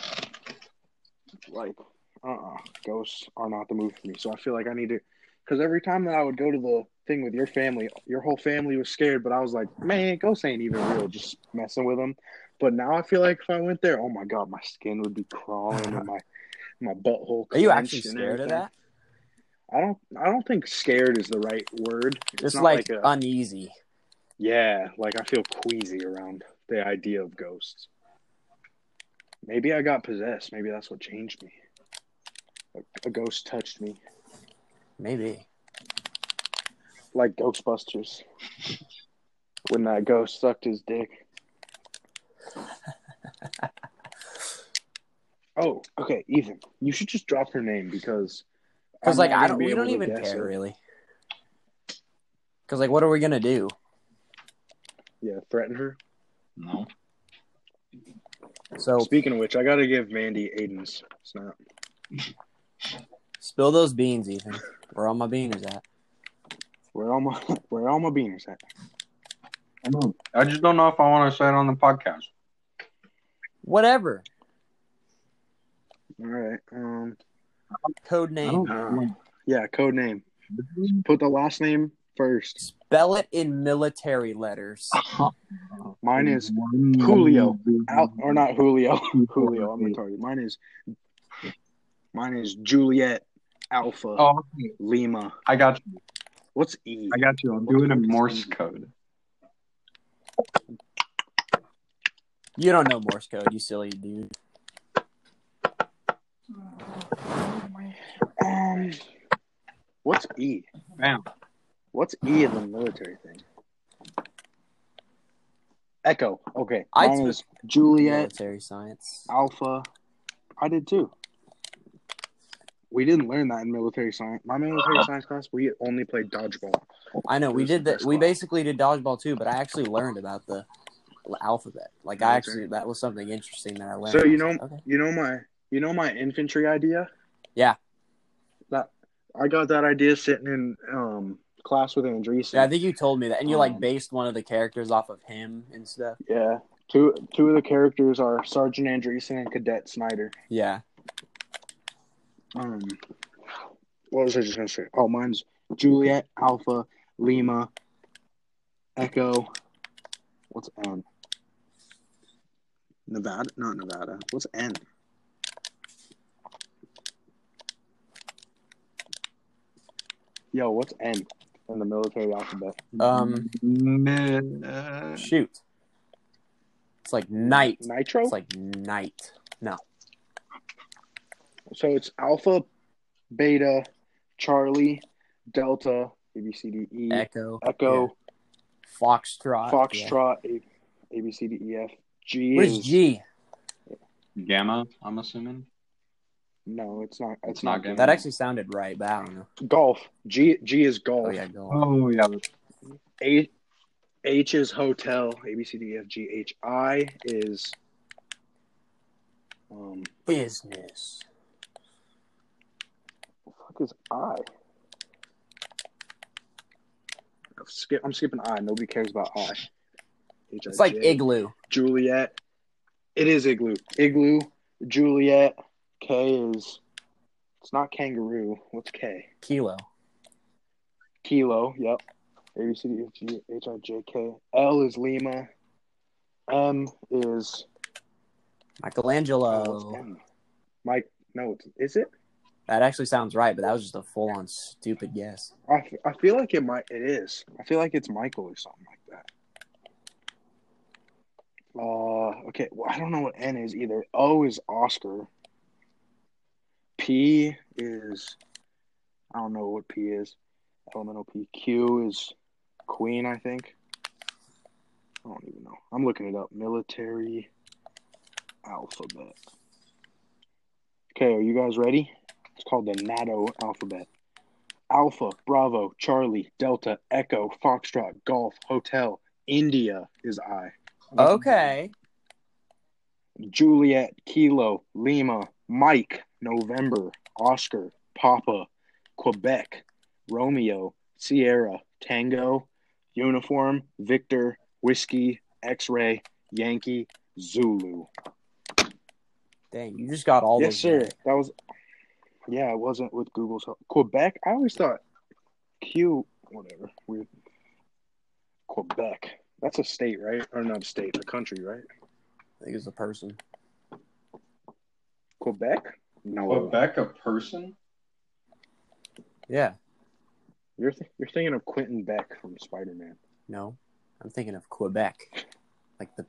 [SPEAKER 1] Like, uh, uh ghosts are not the move for me. So I feel like I need to, because every time that I would go to the thing with your family, your whole family was scared. But I was like, man, ghosts ain't even real, just messing with them. But now I feel like if I went there, oh my god, my skin would be crawling and my <laughs> my butthole.
[SPEAKER 3] Are you
[SPEAKER 1] clenched
[SPEAKER 3] actually
[SPEAKER 1] and
[SPEAKER 3] scared
[SPEAKER 1] everything.
[SPEAKER 3] of that?
[SPEAKER 1] I don't. I don't think scared is the right word.
[SPEAKER 3] It's,
[SPEAKER 1] not
[SPEAKER 3] like,
[SPEAKER 1] a,
[SPEAKER 3] uneasy.
[SPEAKER 1] yeah, like I feel queasy around the idea of ghosts. Maybe I got possessed. Maybe that's what changed me. A, a ghost touched me,
[SPEAKER 3] Maybe.
[SPEAKER 1] like Ghostbusters. <laughs> when that ghost sucked his
[SPEAKER 3] <laughs>
[SPEAKER 1] dick. oh, okay, Ethan. You should just drop her name because. I'm
[SPEAKER 3] Because like
[SPEAKER 1] not
[SPEAKER 3] I
[SPEAKER 1] gonna
[SPEAKER 3] don't,
[SPEAKER 1] be
[SPEAKER 3] we
[SPEAKER 1] able
[SPEAKER 3] don't
[SPEAKER 1] to
[SPEAKER 3] even
[SPEAKER 1] guess
[SPEAKER 3] care
[SPEAKER 1] it.
[SPEAKER 3] really. Because like, what are we gonna do?
[SPEAKER 1] Yeah, threaten her.
[SPEAKER 2] No.
[SPEAKER 3] So
[SPEAKER 1] Speaking of which, I gotta give Mandy Aiden's snap.
[SPEAKER 3] spill those beans, Ethan. Where all my beaners at?
[SPEAKER 1] Where all my
[SPEAKER 3] <laughs>
[SPEAKER 1] where all my beaners at?
[SPEAKER 2] I know. I just don't know if I want to say it on the podcast.
[SPEAKER 3] Whatever.
[SPEAKER 1] All right. Um.
[SPEAKER 3] Code
[SPEAKER 2] I
[SPEAKER 3] name.
[SPEAKER 2] don't
[SPEAKER 1] Uh, yeah. Code name. Put the last name first.
[SPEAKER 3] Spell it in military letters.
[SPEAKER 1] <laughs> Mine is Julio. Al, or not Julio. <laughs> Julio. I'm retarded. Mine is. Mine is Juliet Alpha
[SPEAKER 2] Oh, okay.
[SPEAKER 1] Lima.
[SPEAKER 2] I got you.
[SPEAKER 1] What's E?
[SPEAKER 2] I got you. I'm doing a Morse code.
[SPEAKER 3] You don't know Morse code, you silly dude.
[SPEAKER 1] Um, what's E?
[SPEAKER 2] Bam.
[SPEAKER 1] What's E in the military thing? Echo. Okay.
[SPEAKER 3] I
[SPEAKER 1] Mine
[SPEAKER 3] took
[SPEAKER 1] is Juliet
[SPEAKER 3] Military science.
[SPEAKER 1] Alpha. I did too. We didn't learn that in military science. My
[SPEAKER 3] <laughs>
[SPEAKER 1] military science class, we only played dodgeball.
[SPEAKER 3] I know
[SPEAKER 1] It
[SPEAKER 3] we
[SPEAKER 1] was the
[SPEAKER 3] did that.
[SPEAKER 1] best
[SPEAKER 3] We
[SPEAKER 1] class.
[SPEAKER 3] basically did dodgeball too, but I actually learned about the alphabet. Like I
[SPEAKER 1] Military.
[SPEAKER 3] actually, that was something interesting that I learned.
[SPEAKER 1] So, you
[SPEAKER 3] I was
[SPEAKER 1] know-
[SPEAKER 3] like, okay.
[SPEAKER 1] You know my, you know my infantry idea.
[SPEAKER 3] Yeah.
[SPEAKER 1] That I got that idea sitting in um class with Andreessen.
[SPEAKER 3] Yeah, I think you told me that, and you like
[SPEAKER 1] Um,
[SPEAKER 3] based one of the characters off of him and stuff.
[SPEAKER 1] yeah. Two two of the characters are Sergeant Andreessen and Cadet Snyder.
[SPEAKER 3] Yeah,
[SPEAKER 1] Um, what was I just gonna say? Oh, mine's Juliet Alpha Lima Echo. What's N? Nevada? Not Nevada. What's N? Yo, what's N in the military alphabet?
[SPEAKER 3] Um,
[SPEAKER 2] Meh.
[SPEAKER 3] shoot. It's like night.
[SPEAKER 1] Nitro.
[SPEAKER 3] It's like night. No,
[SPEAKER 1] so it's Alpha, Beta, Charlie, Delta, A B C D E,
[SPEAKER 3] echo,
[SPEAKER 1] Echo,
[SPEAKER 3] foxtrot,
[SPEAKER 1] Foxtrot, A, A B C D E F G.
[SPEAKER 3] Yeah. What is G?
[SPEAKER 2] Gamma, I'm assuming.
[SPEAKER 1] No, it's not. It's,
[SPEAKER 2] It's
[SPEAKER 1] not,
[SPEAKER 2] not gonna-
[SPEAKER 1] golf.
[SPEAKER 3] That actually sounded right, but I don't know.
[SPEAKER 1] golf. G G is golf.
[SPEAKER 3] Oh yeah, go
[SPEAKER 1] Uh-huh.
[SPEAKER 3] on.
[SPEAKER 2] Oh, yeah. that's-
[SPEAKER 1] A H is hotel. A B C D E F G H I is Um,
[SPEAKER 3] Business.
[SPEAKER 1] the fuck is I? I'm skip. I'm skipping I. Nobody cares about I.
[SPEAKER 3] It's like
[SPEAKER 1] H I J.
[SPEAKER 3] igloo.
[SPEAKER 1] Juliet. It is igloo. Igloo. Juliet. K is. It's not kangaroo. What's K?
[SPEAKER 3] Kilo.
[SPEAKER 1] Kilo. Yep. A B C D E F G H I J K. L is Lima. M is. oh,
[SPEAKER 3] Michelangelo.
[SPEAKER 1] it's M. Mike. No, it's, is it?
[SPEAKER 3] That actually sounds right, but that was just a full on stupid guess.
[SPEAKER 1] I, f- I feel like it might. It is. I feel like it's Michael or something like that. Uh, okay. Well, I don't know what N is either. O is Oscar. P is. I don't know what P is. Elemental P. Q is Queen, I think. I don't even know. I'm looking it up. Military alphabet. Okay, are you guys ready? It's called the NATO alphabet. Alpha, Bravo, Charlie, Delta, Echo, Foxtrot, Golf, Hotel, India is I.
[SPEAKER 3] Okay.
[SPEAKER 1] Juliet, Kilo, Lima, Mike, November, Oscar, Papa, Quebec, Romeo, Sierra, Tango, Uniform, Victor, Whiskey, X Ray, Yankee, Zulu.
[SPEAKER 3] Dang, you just got all
[SPEAKER 1] yes,
[SPEAKER 3] those.
[SPEAKER 1] sir.
[SPEAKER 3] right.
[SPEAKER 1] That was, yeah, it wasn't with Google's help. Quebec, I always thought Q, whatever, weird. Quebec. That's a state, right? Or not a state, a country, right?
[SPEAKER 3] I think it was a person.
[SPEAKER 1] Quebec? No.
[SPEAKER 2] Quebec, a person?
[SPEAKER 3] Yeah.
[SPEAKER 1] You're th- you're thinking of Quentin Beck from Spider Man.
[SPEAKER 3] No. I'm thinking of Quebec. Like the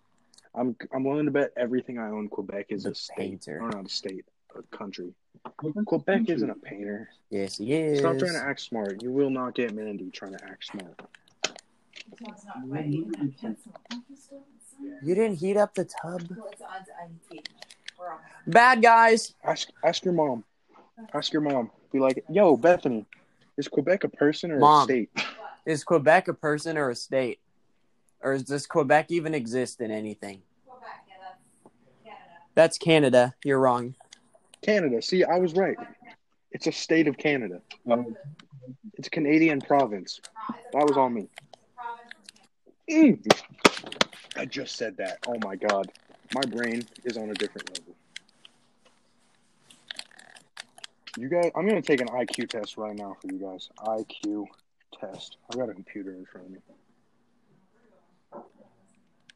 [SPEAKER 1] I'm I'm willing to bet everything I own Quebec is
[SPEAKER 3] The
[SPEAKER 1] a state
[SPEAKER 3] painter.
[SPEAKER 1] or not a state, a country. Quebec isn't a painter.
[SPEAKER 3] Yes, he is.
[SPEAKER 1] Stop trying to act smart. You will not get Mandy trying to act smart.
[SPEAKER 4] Tub's not quite even that pencil. Don't you still have some?
[SPEAKER 3] You didn't heat up the tub.
[SPEAKER 4] Well, it's odds I'm taking it. We're all-
[SPEAKER 3] Bad guys.
[SPEAKER 1] Ask ask your mom. Ask your mom. Be like, yo, Bethany, is Quebec a person or
[SPEAKER 3] Mom.
[SPEAKER 1] a state?
[SPEAKER 3] Is Quebec a person or a state? Or is- does Quebec even exist in anything?
[SPEAKER 4] We're back, yeah, that's Canada.
[SPEAKER 3] That's Canada. You're wrong.
[SPEAKER 1] Canada. See, I was right. It's a state of Canada.
[SPEAKER 2] Um,
[SPEAKER 1] It's a Canadian province.
[SPEAKER 4] Pro- it's a
[SPEAKER 1] That was all me.
[SPEAKER 4] province.
[SPEAKER 1] Mm. I just said that. Oh my god. My brain is on a different level. You guys, I'm going to take an IQ test right now for you guys. IQ test. I've got a computer in front of me.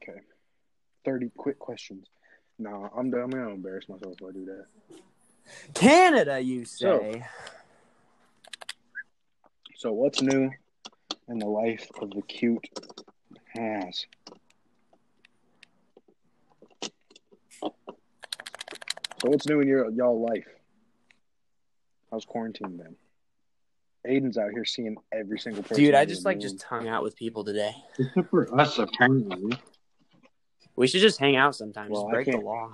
[SPEAKER 1] Okay. 30 quick questions. No, I'm, I'm going to embarrass myself if I do that.
[SPEAKER 3] Canada, you say?
[SPEAKER 1] So, what's new in the life of the cute ass? So, what's new in your y'all life? How's quarantine been? Aiden's out here seeing every single person.
[SPEAKER 3] Dude, I
[SPEAKER 1] under
[SPEAKER 3] just
[SPEAKER 1] the
[SPEAKER 3] like
[SPEAKER 1] moon.
[SPEAKER 3] just hung out with people today.
[SPEAKER 2] except for us, apparently.
[SPEAKER 3] We should just hang out sometimes.
[SPEAKER 1] Well,
[SPEAKER 3] just
[SPEAKER 1] I
[SPEAKER 3] break the
[SPEAKER 1] can't-
[SPEAKER 3] law.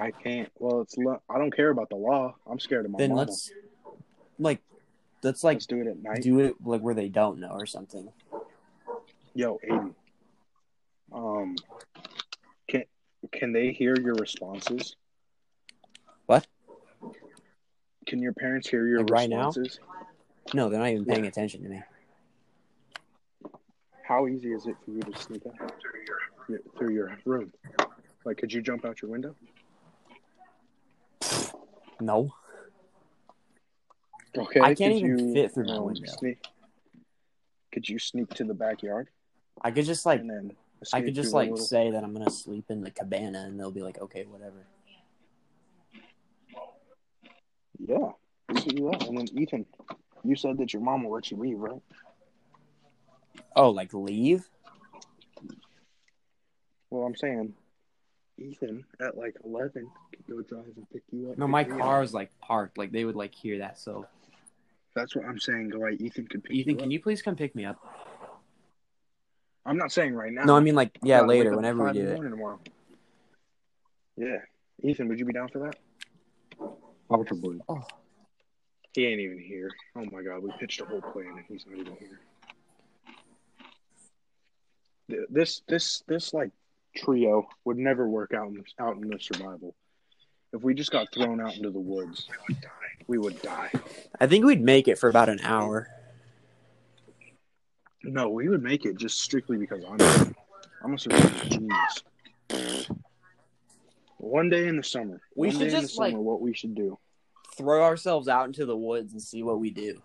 [SPEAKER 1] I can't. Well, it's lo- I don't care about the law. I'm scared of my
[SPEAKER 3] Then
[SPEAKER 1] mama.
[SPEAKER 3] let's like let's like
[SPEAKER 1] let's do it at night.
[SPEAKER 3] do it like where they don't know or something.
[SPEAKER 1] Yo, Aiden. Um, can can they hear your responses?
[SPEAKER 3] What?
[SPEAKER 1] Can your parents hear your
[SPEAKER 3] Like, right now?
[SPEAKER 1] responses?
[SPEAKER 3] No, they're not even paying attention to me.
[SPEAKER 1] How easy is it for you to sneak out through your through your room? Like, could you jump out your window?
[SPEAKER 3] No.
[SPEAKER 1] Okay,
[SPEAKER 3] I can't
[SPEAKER 1] could
[SPEAKER 3] even
[SPEAKER 1] you,
[SPEAKER 3] fit through my
[SPEAKER 1] um,
[SPEAKER 3] window.
[SPEAKER 1] Sneak, could you sneak to the backyard
[SPEAKER 3] I could just like
[SPEAKER 1] and then?
[SPEAKER 3] I
[SPEAKER 1] sneak
[SPEAKER 3] could just
[SPEAKER 1] through the
[SPEAKER 3] like
[SPEAKER 1] little-
[SPEAKER 3] say that I'm gonna sleep in the cabana and they'll be like, okay, whatever.
[SPEAKER 1] yeah, you could do that. And then Ethan, you said that your mom will let you leave, right?
[SPEAKER 3] Oh, like leave?
[SPEAKER 1] Well, I'm saying Ethan at like 11 could go drive and pick you up.
[SPEAKER 3] No, my
[SPEAKER 1] pick me
[SPEAKER 3] car
[SPEAKER 1] up.
[SPEAKER 3] is like parked. Like they would like hear that. So
[SPEAKER 1] That's what I'm saying. Go like Ethan could pick
[SPEAKER 3] Ethan,
[SPEAKER 1] you
[SPEAKER 3] can
[SPEAKER 1] up.
[SPEAKER 3] you please come pick me up?
[SPEAKER 1] I'm not saying right now.
[SPEAKER 3] No, I mean like yeah,
[SPEAKER 1] Gotta wake up
[SPEAKER 3] later
[SPEAKER 1] at
[SPEAKER 3] whenever we
[SPEAKER 1] five in
[SPEAKER 3] do
[SPEAKER 1] the
[SPEAKER 3] it.
[SPEAKER 1] morning tomorrow. Yeah. Ethan, would you be down for that?
[SPEAKER 2] Probably.
[SPEAKER 3] Oh,
[SPEAKER 1] He ain't even here. Oh my god, we pitched a whole plan and he's not even here. Th- This this this like trio would never work out in, out in the survival. If we just got thrown out into the woods, we would die. We would die.
[SPEAKER 3] I think we'd make it for about an hour.
[SPEAKER 1] No, we would make it just strictly because I'm I'm a survival genius. One day in the summer.
[SPEAKER 3] We
[SPEAKER 1] one
[SPEAKER 3] should
[SPEAKER 1] day in the
[SPEAKER 3] just,
[SPEAKER 1] summer,
[SPEAKER 3] like-
[SPEAKER 1] what we should do.
[SPEAKER 3] Throw ourselves out into the woods and see what we do.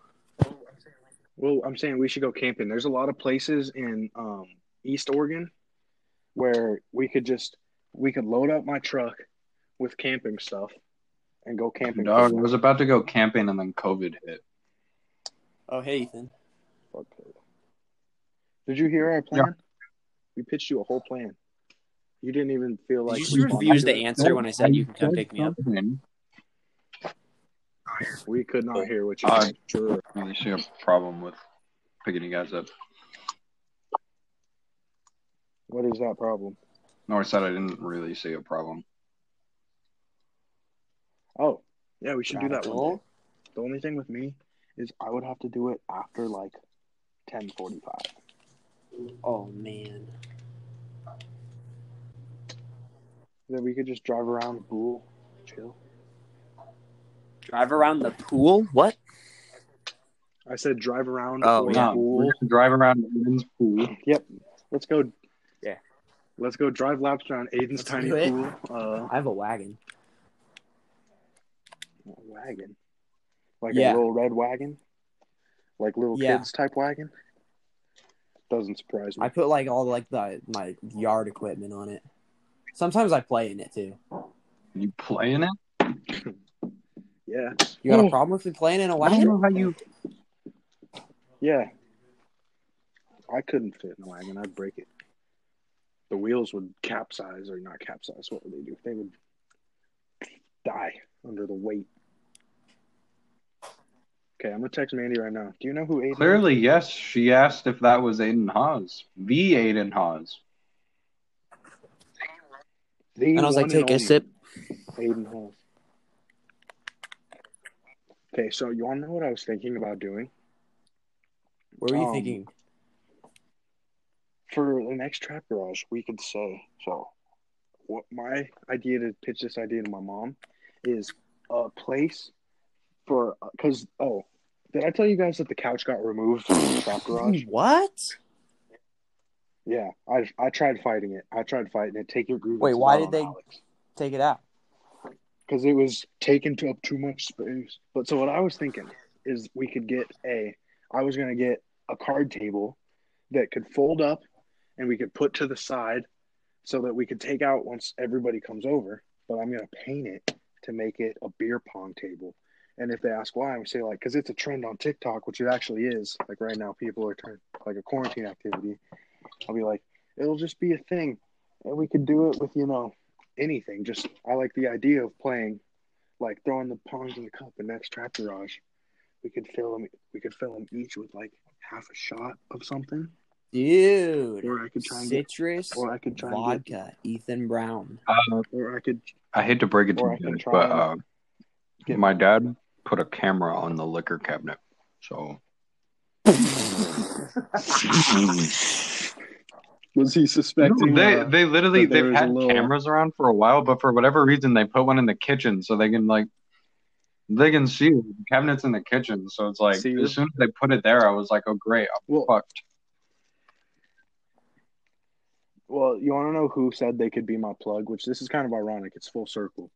[SPEAKER 1] Well, I'm saying we should go camping. There's a lot of places in um, East Oregon where we could just we could load up my truck with camping stuff and go camping.
[SPEAKER 2] Dog, I was about to go camping and then COVID hit.
[SPEAKER 3] Oh, hey, Ethan.
[SPEAKER 1] Fuck it. Did you hear our plan? We pitched you a whole plan. You didn't even feel like
[SPEAKER 3] Did you just refuse to answer when I said you can come pick me up?
[SPEAKER 1] we could not hear what you
[SPEAKER 2] Uh,
[SPEAKER 1] said. Sure.
[SPEAKER 2] I really see a problem with picking you guys up.
[SPEAKER 1] What is that problem?
[SPEAKER 2] No, I said I didn't really see a problem.
[SPEAKER 1] Oh, yeah, we should do that one.
[SPEAKER 3] Radical.
[SPEAKER 1] day. The only thing with me is I would have to do it after like ten forty-five.
[SPEAKER 3] Oh man.
[SPEAKER 1] Then we could just drive around Boole, chill.
[SPEAKER 3] Drive around the pool? What?
[SPEAKER 1] I said drive around
[SPEAKER 3] Oh,
[SPEAKER 1] or
[SPEAKER 2] Yeah,
[SPEAKER 1] Boole.
[SPEAKER 2] we're gonna drive around Aiden's pool.
[SPEAKER 1] Yep. Let's go.
[SPEAKER 3] Yeah.
[SPEAKER 1] Let's go drive laps around Aiden's
[SPEAKER 3] Let's
[SPEAKER 1] tiny
[SPEAKER 3] do it.
[SPEAKER 1] pool. Uh,
[SPEAKER 3] I have a wagon.
[SPEAKER 1] wagon. Like
[SPEAKER 3] Yeah.
[SPEAKER 1] a little red wagon. Like little
[SPEAKER 3] Yeah.
[SPEAKER 1] kids type wagon. Doesn't surprise me.
[SPEAKER 3] I put like all like the my yard equipment on it. Sometimes I play in it too.
[SPEAKER 2] You playing it?
[SPEAKER 1] yeah.
[SPEAKER 3] You got a
[SPEAKER 1] Oh.
[SPEAKER 3] problem with me playing in a
[SPEAKER 2] I don't
[SPEAKER 3] wagon?
[SPEAKER 2] know how you.
[SPEAKER 1] Yeah. I couldn't fit in a wagon. I'd break it. The wheels would capsize or not capsize. What would they do? They would die under the weight. Okay, I'm gonna text Mandy right now. Do you know who Aiden? is?
[SPEAKER 2] Clearly, yes. She asked if that was Aiden Haas, the Aiden Haas.
[SPEAKER 1] The
[SPEAKER 3] And I was like,
[SPEAKER 1] one
[SPEAKER 3] take a
[SPEAKER 1] only
[SPEAKER 3] sip.
[SPEAKER 1] Aiden Hall. Okay, so you wanna know what I was thinking about doing
[SPEAKER 3] What were you
[SPEAKER 1] Um,
[SPEAKER 3] thinking?
[SPEAKER 1] for the next trap garage? We could say so. What my idea to pitch this idea to my mom is a place for because oh, did I tell you guys that the couch got removed from the trap
[SPEAKER 3] <laughs>
[SPEAKER 1] garage?
[SPEAKER 3] What?
[SPEAKER 1] Yeah, I I tried fighting it. I tried fighting it. Take your grievances.
[SPEAKER 3] Wait, why
[SPEAKER 1] out
[SPEAKER 3] did
[SPEAKER 1] on
[SPEAKER 3] they-
[SPEAKER 1] Alex.
[SPEAKER 3] Take it out.
[SPEAKER 1] because it was taking to up too much space. But so what I was thinking is we could get a I was gonna get a card table that could fold up and we could put to the side so that we could take out once everybody comes over. But I'm gonna paint it to make it a beer pong table. And if they ask why, I'm say like, because it's a trend on TikTok, which it actually is. Like right now, people are turning like a quarantine activity. I'll be like, it'll just be a thing, and we could do it with you know anything. Just I like the idea of playing, like throwing the pawns in the cup, and that's trap garage. We could fill them. We could fill them each with like half a shot of something,
[SPEAKER 3] Dude.
[SPEAKER 1] or I could try and get,
[SPEAKER 3] Citrus
[SPEAKER 1] or I could try and get,
[SPEAKER 3] vodka. Ethan Brown.
[SPEAKER 2] Uh,
[SPEAKER 1] or I could
[SPEAKER 2] I hate to break it to
[SPEAKER 1] Or I
[SPEAKER 2] you,
[SPEAKER 1] can
[SPEAKER 2] guys,
[SPEAKER 1] try
[SPEAKER 2] but uh,
[SPEAKER 1] and get-
[SPEAKER 2] my dad put a camera on the liquor cabinet. So
[SPEAKER 1] <laughs> Was he suspecting? uh,
[SPEAKER 2] they they literally
[SPEAKER 1] that there
[SPEAKER 2] they've
[SPEAKER 1] is a
[SPEAKER 2] had
[SPEAKER 1] little-
[SPEAKER 2] cameras around for a while, but for whatever reason they put one in the kitchen so they can like they can see it. the cabinets in the kitchen. So it's like
[SPEAKER 1] See?
[SPEAKER 2] as soon as they put it there, I was like, oh great, I'm
[SPEAKER 1] well,
[SPEAKER 2] fucked.
[SPEAKER 1] well, you want to know who said they could be my plug? Which this is kind of ironic. It's full circle.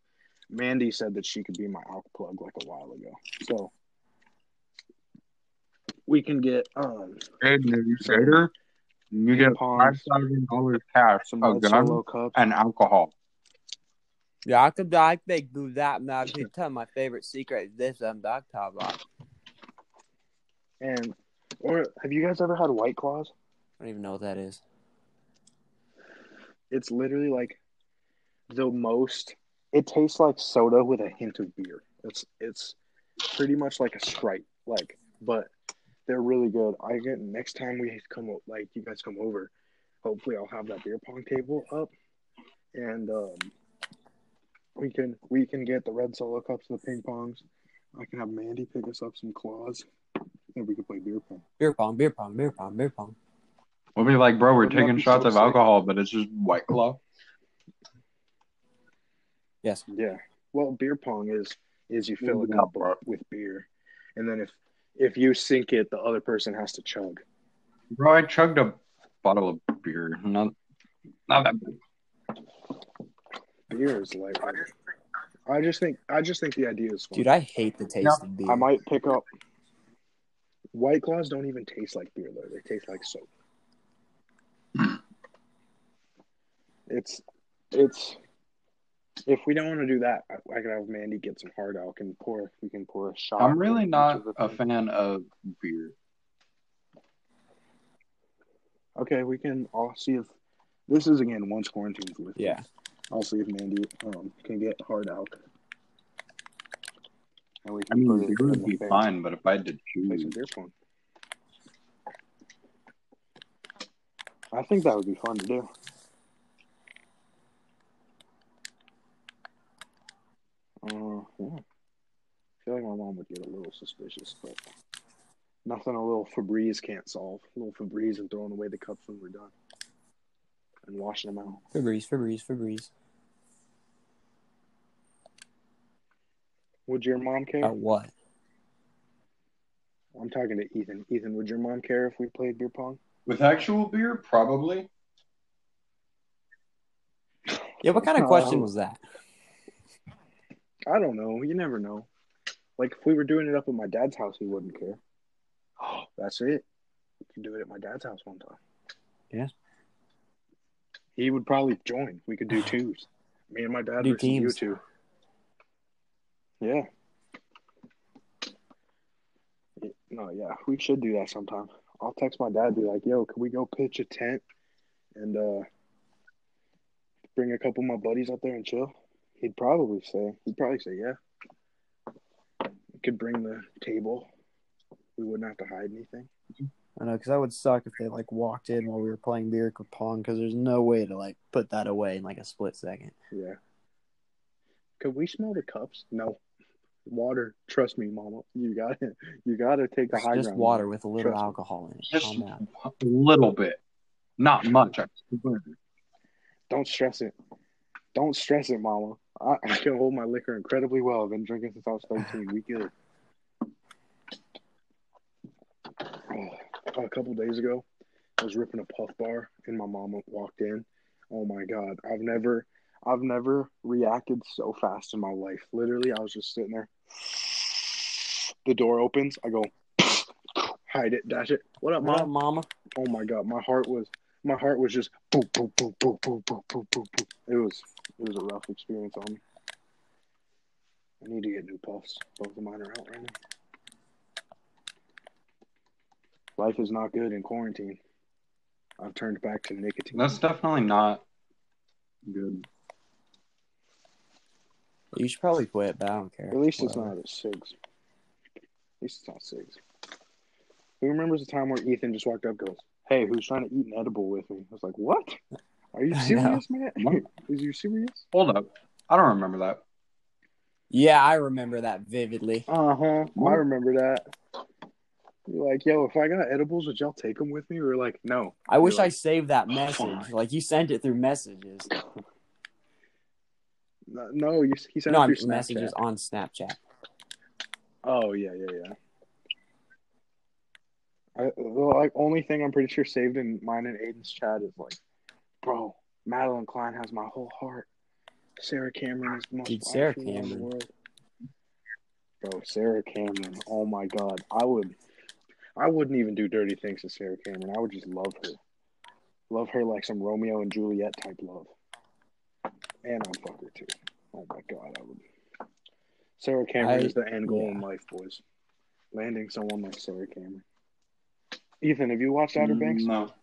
[SPEAKER 1] Mandy said that she could be my alk plug like a while ago. So we can get um
[SPEAKER 2] Aiden, if you say her, you get five
[SPEAKER 1] Ponds.
[SPEAKER 2] thousand dollars cash,
[SPEAKER 1] some
[SPEAKER 2] a
[SPEAKER 1] red
[SPEAKER 2] gun,
[SPEAKER 1] solo cups.
[SPEAKER 2] and alcohol.
[SPEAKER 3] Jacob Dyke, they do that. Now, I can tell my favorite secret is this. um, I'm Dr. Bob.
[SPEAKER 1] And or have you guys ever had White Claws?
[SPEAKER 3] I don't even know what that is.
[SPEAKER 1] It's literally like the most. It tastes like soda with a hint of beer. It's it's pretty much like a Sprite, like but they're really good. I get next time we come o- like you guys come over, hopefully I'll have that beer pong table up, and um, we can we can get the red solo cups and the ping pongs. I can have Mandy pick us up some claws, and we can play beer pong.
[SPEAKER 3] Beer pong, beer pong, beer pong, beer pong.
[SPEAKER 2] We'll be like, bro, we're
[SPEAKER 1] Wouldn't that
[SPEAKER 2] taking
[SPEAKER 1] be
[SPEAKER 2] shots
[SPEAKER 1] so
[SPEAKER 2] of
[SPEAKER 1] sick?
[SPEAKER 2] alcohol, but it's just white claw.
[SPEAKER 3] Yes.
[SPEAKER 1] Yeah. Well, beer pong is is you fill it
[SPEAKER 2] Yeah.
[SPEAKER 1] up with beer, and then if if you sink it, the other person has to chug.
[SPEAKER 2] Bro, I chugged a bottle of beer. Not, not that big.
[SPEAKER 1] Beer is like I just think I just think the idea is fun.
[SPEAKER 3] Dude, I hate the taste
[SPEAKER 2] No,
[SPEAKER 3] of beer.
[SPEAKER 1] I might pick up. White claws don't even taste like beer though; they taste like soap. it's, it's. If we don't want to do that, I, I could have Mandy get some hard elk and pour. We can pour a shot.
[SPEAKER 2] I'm really
[SPEAKER 1] in each
[SPEAKER 2] not
[SPEAKER 1] of the
[SPEAKER 2] a
[SPEAKER 1] things.
[SPEAKER 2] fan of beer.
[SPEAKER 1] Okay, we can. I'll see if this is again once quarantine's with.
[SPEAKER 3] Yeah.
[SPEAKER 1] I'll see if Mandy um, can get hard elk. And we
[SPEAKER 2] I
[SPEAKER 1] can
[SPEAKER 2] mean,
[SPEAKER 1] put it
[SPEAKER 2] beer
[SPEAKER 1] in
[SPEAKER 2] would
[SPEAKER 1] the
[SPEAKER 2] be
[SPEAKER 1] thing.
[SPEAKER 2] fine, but if I had to
[SPEAKER 1] Play some
[SPEAKER 2] choose,
[SPEAKER 1] beer pong. I think that would be fun to do. Uh, yeah. I feel like my mom would get a little suspicious, but nothing a little Febreze can't solve. A little Febreze and throwing away the cups when we're done and washing them out.
[SPEAKER 3] Febreze, Febreze, Febreze.
[SPEAKER 1] Would your mom care?
[SPEAKER 3] About what?
[SPEAKER 1] I'm talking to Ethan. Ethan, would your mom care if we played beer pong?
[SPEAKER 2] with actual beer, probably.
[SPEAKER 3] Yeah, what kind of
[SPEAKER 1] Uh,
[SPEAKER 3] question was that?
[SPEAKER 1] I don't know. You never know. Like if we were doing it up at my dad's house, he wouldn't care. That's it. We could do it at my dad's house one time.
[SPEAKER 3] Yeah.
[SPEAKER 1] He would probably join. We
[SPEAKER 3] <sighs>
[SPEAKER 1] could do twos. Me and my dad
[SPEAKER 3] Do
[SPEAKER 1] versus you
[SPEAKER 3] teams.
[SPEAKER 1] two. Yeah. No, yeah, we should do that sometime. I'll text my dad, be like, "Yo, can we go pitch a tent and uh bring a couple of my buddies out there and chill?" He'd probably say, he'd probably say, "Yeah." We could bring the table. We wouldn't have to hide anything.
[SPEAKER 5] I know, because that would suck if they like walked in while we were playing beer pong, because there's no way to like put that away in like a split second.
[SPEAKER 1] Yeah. Could we smell the cups? No. Water. Trust me, Mama. You got to <laughs> You got to take the
[SPEAKER 5] It's
[SPEAKER 1] high
[SPEAKER 5] just
[SPEAKER 1] ground.
[SPEAKER 5] water with a little
[SPEAKER 1] Trust me.
[SPEAKER 5] alcohol in it.
[SPEAKER 2] Just
[SPEAKER 5] Calm down.
[SPEAKER 2] a little bit. Not much. I swear.
[SPEAKER 1] Don't stress it. Don't stress it, Mama. I, I can hold my liquor incredibly well. I've been drinking since I was thirteen. We good. <sighs> Oh, a couple days ago, I was ripping a puff bar, and my mama walked in. Oh my god! I've never, I've never reacted so fast in my life. Literally, I was just sitting there. The door opens. I go, <sniffs> hide it, dash it. What up,
[SPEAKER 3] What
[SPEAKER 1] mom?
[SPEAKER 3] up, mama?
[SPEAKER 1] oh my god, my heart was my heart was just boop boop boop boop boop boop boop boop. boop. It was it was a rough experience on me. I need to get new puffs. Both of mine are out right now. Life is not good in quarantine. I've turned back to nicotine.
[SPEAKER 2] That's definitely not good.
[SPEAKER 3] You should probably quit, but I don't care.
[SPEAKER 1] At least it's
[SPEAKER 3] Whatever.
[SPEAKER 1] not at six. At least it's not six. Who remembers the time where Ethan just walked up, goes, "Hey, who's trying to eat an edible with me?" I was like, "What? Are you
[SPEAKER 3] I know.
[SPEAKER 1] serious, man?
[SPEAKER 2] What?
[SPEAKER 1] <laughs> Is you serious?"
[SPEAKER 2] Hold up. I don't remember that.
[SPEAKER 3] Yeah, I remember that vividly.
[SPEAKER 1] Uh huh. I
[SPEAKER 2] What?
[SPEAKER 1] remember that. You're like, yo, if I got edibles, would y'all take them with me? We were like, no.
[SPEAKER 3] I wish
[SPEAKER 1] You're
[SPEAKER 3] I saved that
[SPEAKER 1] "Oh,
[SPEAKER 3] message.
[SPEAKER 1] fuck."
[SPEAKER 3] Like you sent it through messages.
[SPEAKER 1] like, no. You, he sent
[SPEAKER 3] No,
[SPEAKER 1] it
[SPEAKER 3] I'm
[SPEAKER 1] through Snapchat.
[SPEAKER 3] messages on Snapchat.
[SPEAKER 1] Oh yeah, yeah, yeah. I, the like, only thing I'm pretty sure saved in mine and Aiden's chat is like, bro, Madeline Klein has my whole heart. Sarah Cameron is the most
[SPEAKER 3] Dude,
[SPEAKER 1] fine
[SPEAKER 3] Sarah
[SPEAKER 1] female in the
[SPEAKER 3] Cameron.
[SPEAKER 1] world. Bro, Sarah Cameron. Oh my God, I would, I wouldn't even do dirty things to Sarah Cameron. I would just love her, love her like some Romeo and Juliet type love. And I'm fuck her too. Oh my God, I would. Sarah Cameron
[SPEAKER 3] I-
[SPEAKER 1] is the end goal in
[SPEAKER 3] yeah.
[SPEAKER 1] life, boys. Landing someone like Sarah Cameron. Ethan, have you watched Outer Banks?
[SPEAKER 2] No.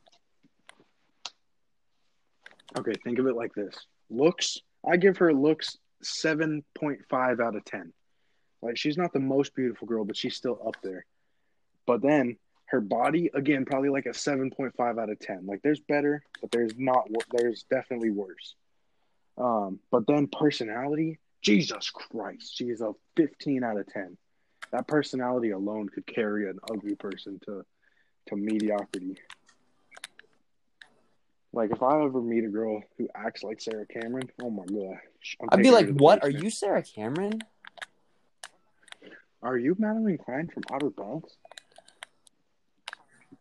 [SPEAKER 1] Okay, think of it like this. Looks, I give her looks 7.5 out of 10. Like, she's not the most beautiful girl, but she's still up there. But then her body, again, probably like a 7.5 out of 10. Like, there's better, but there's not, wor- there's definitely worse. Um, but then personality, Jesus Christ, she is a 15 out of 10. That personality alone could carry an ugly person to, to mediocrity. Like if I ever meet a girl who acts like Sarah Cameron, oh my god, I'm
[SPEAKER 3] I'd
[SPEAKER 1] taking
[SPEAKER 3] be
[SPEAKER 1] her
[SPEAKER 3] like,
[SPEAKER 1] to the
[SPEAKER 3] "What? Are
[SPEAKER 1] basement.
[SPEAKER 3] you Sarah Cameron?"
[SPEAKER 1] Are you Madeline Klein from Outer Banks?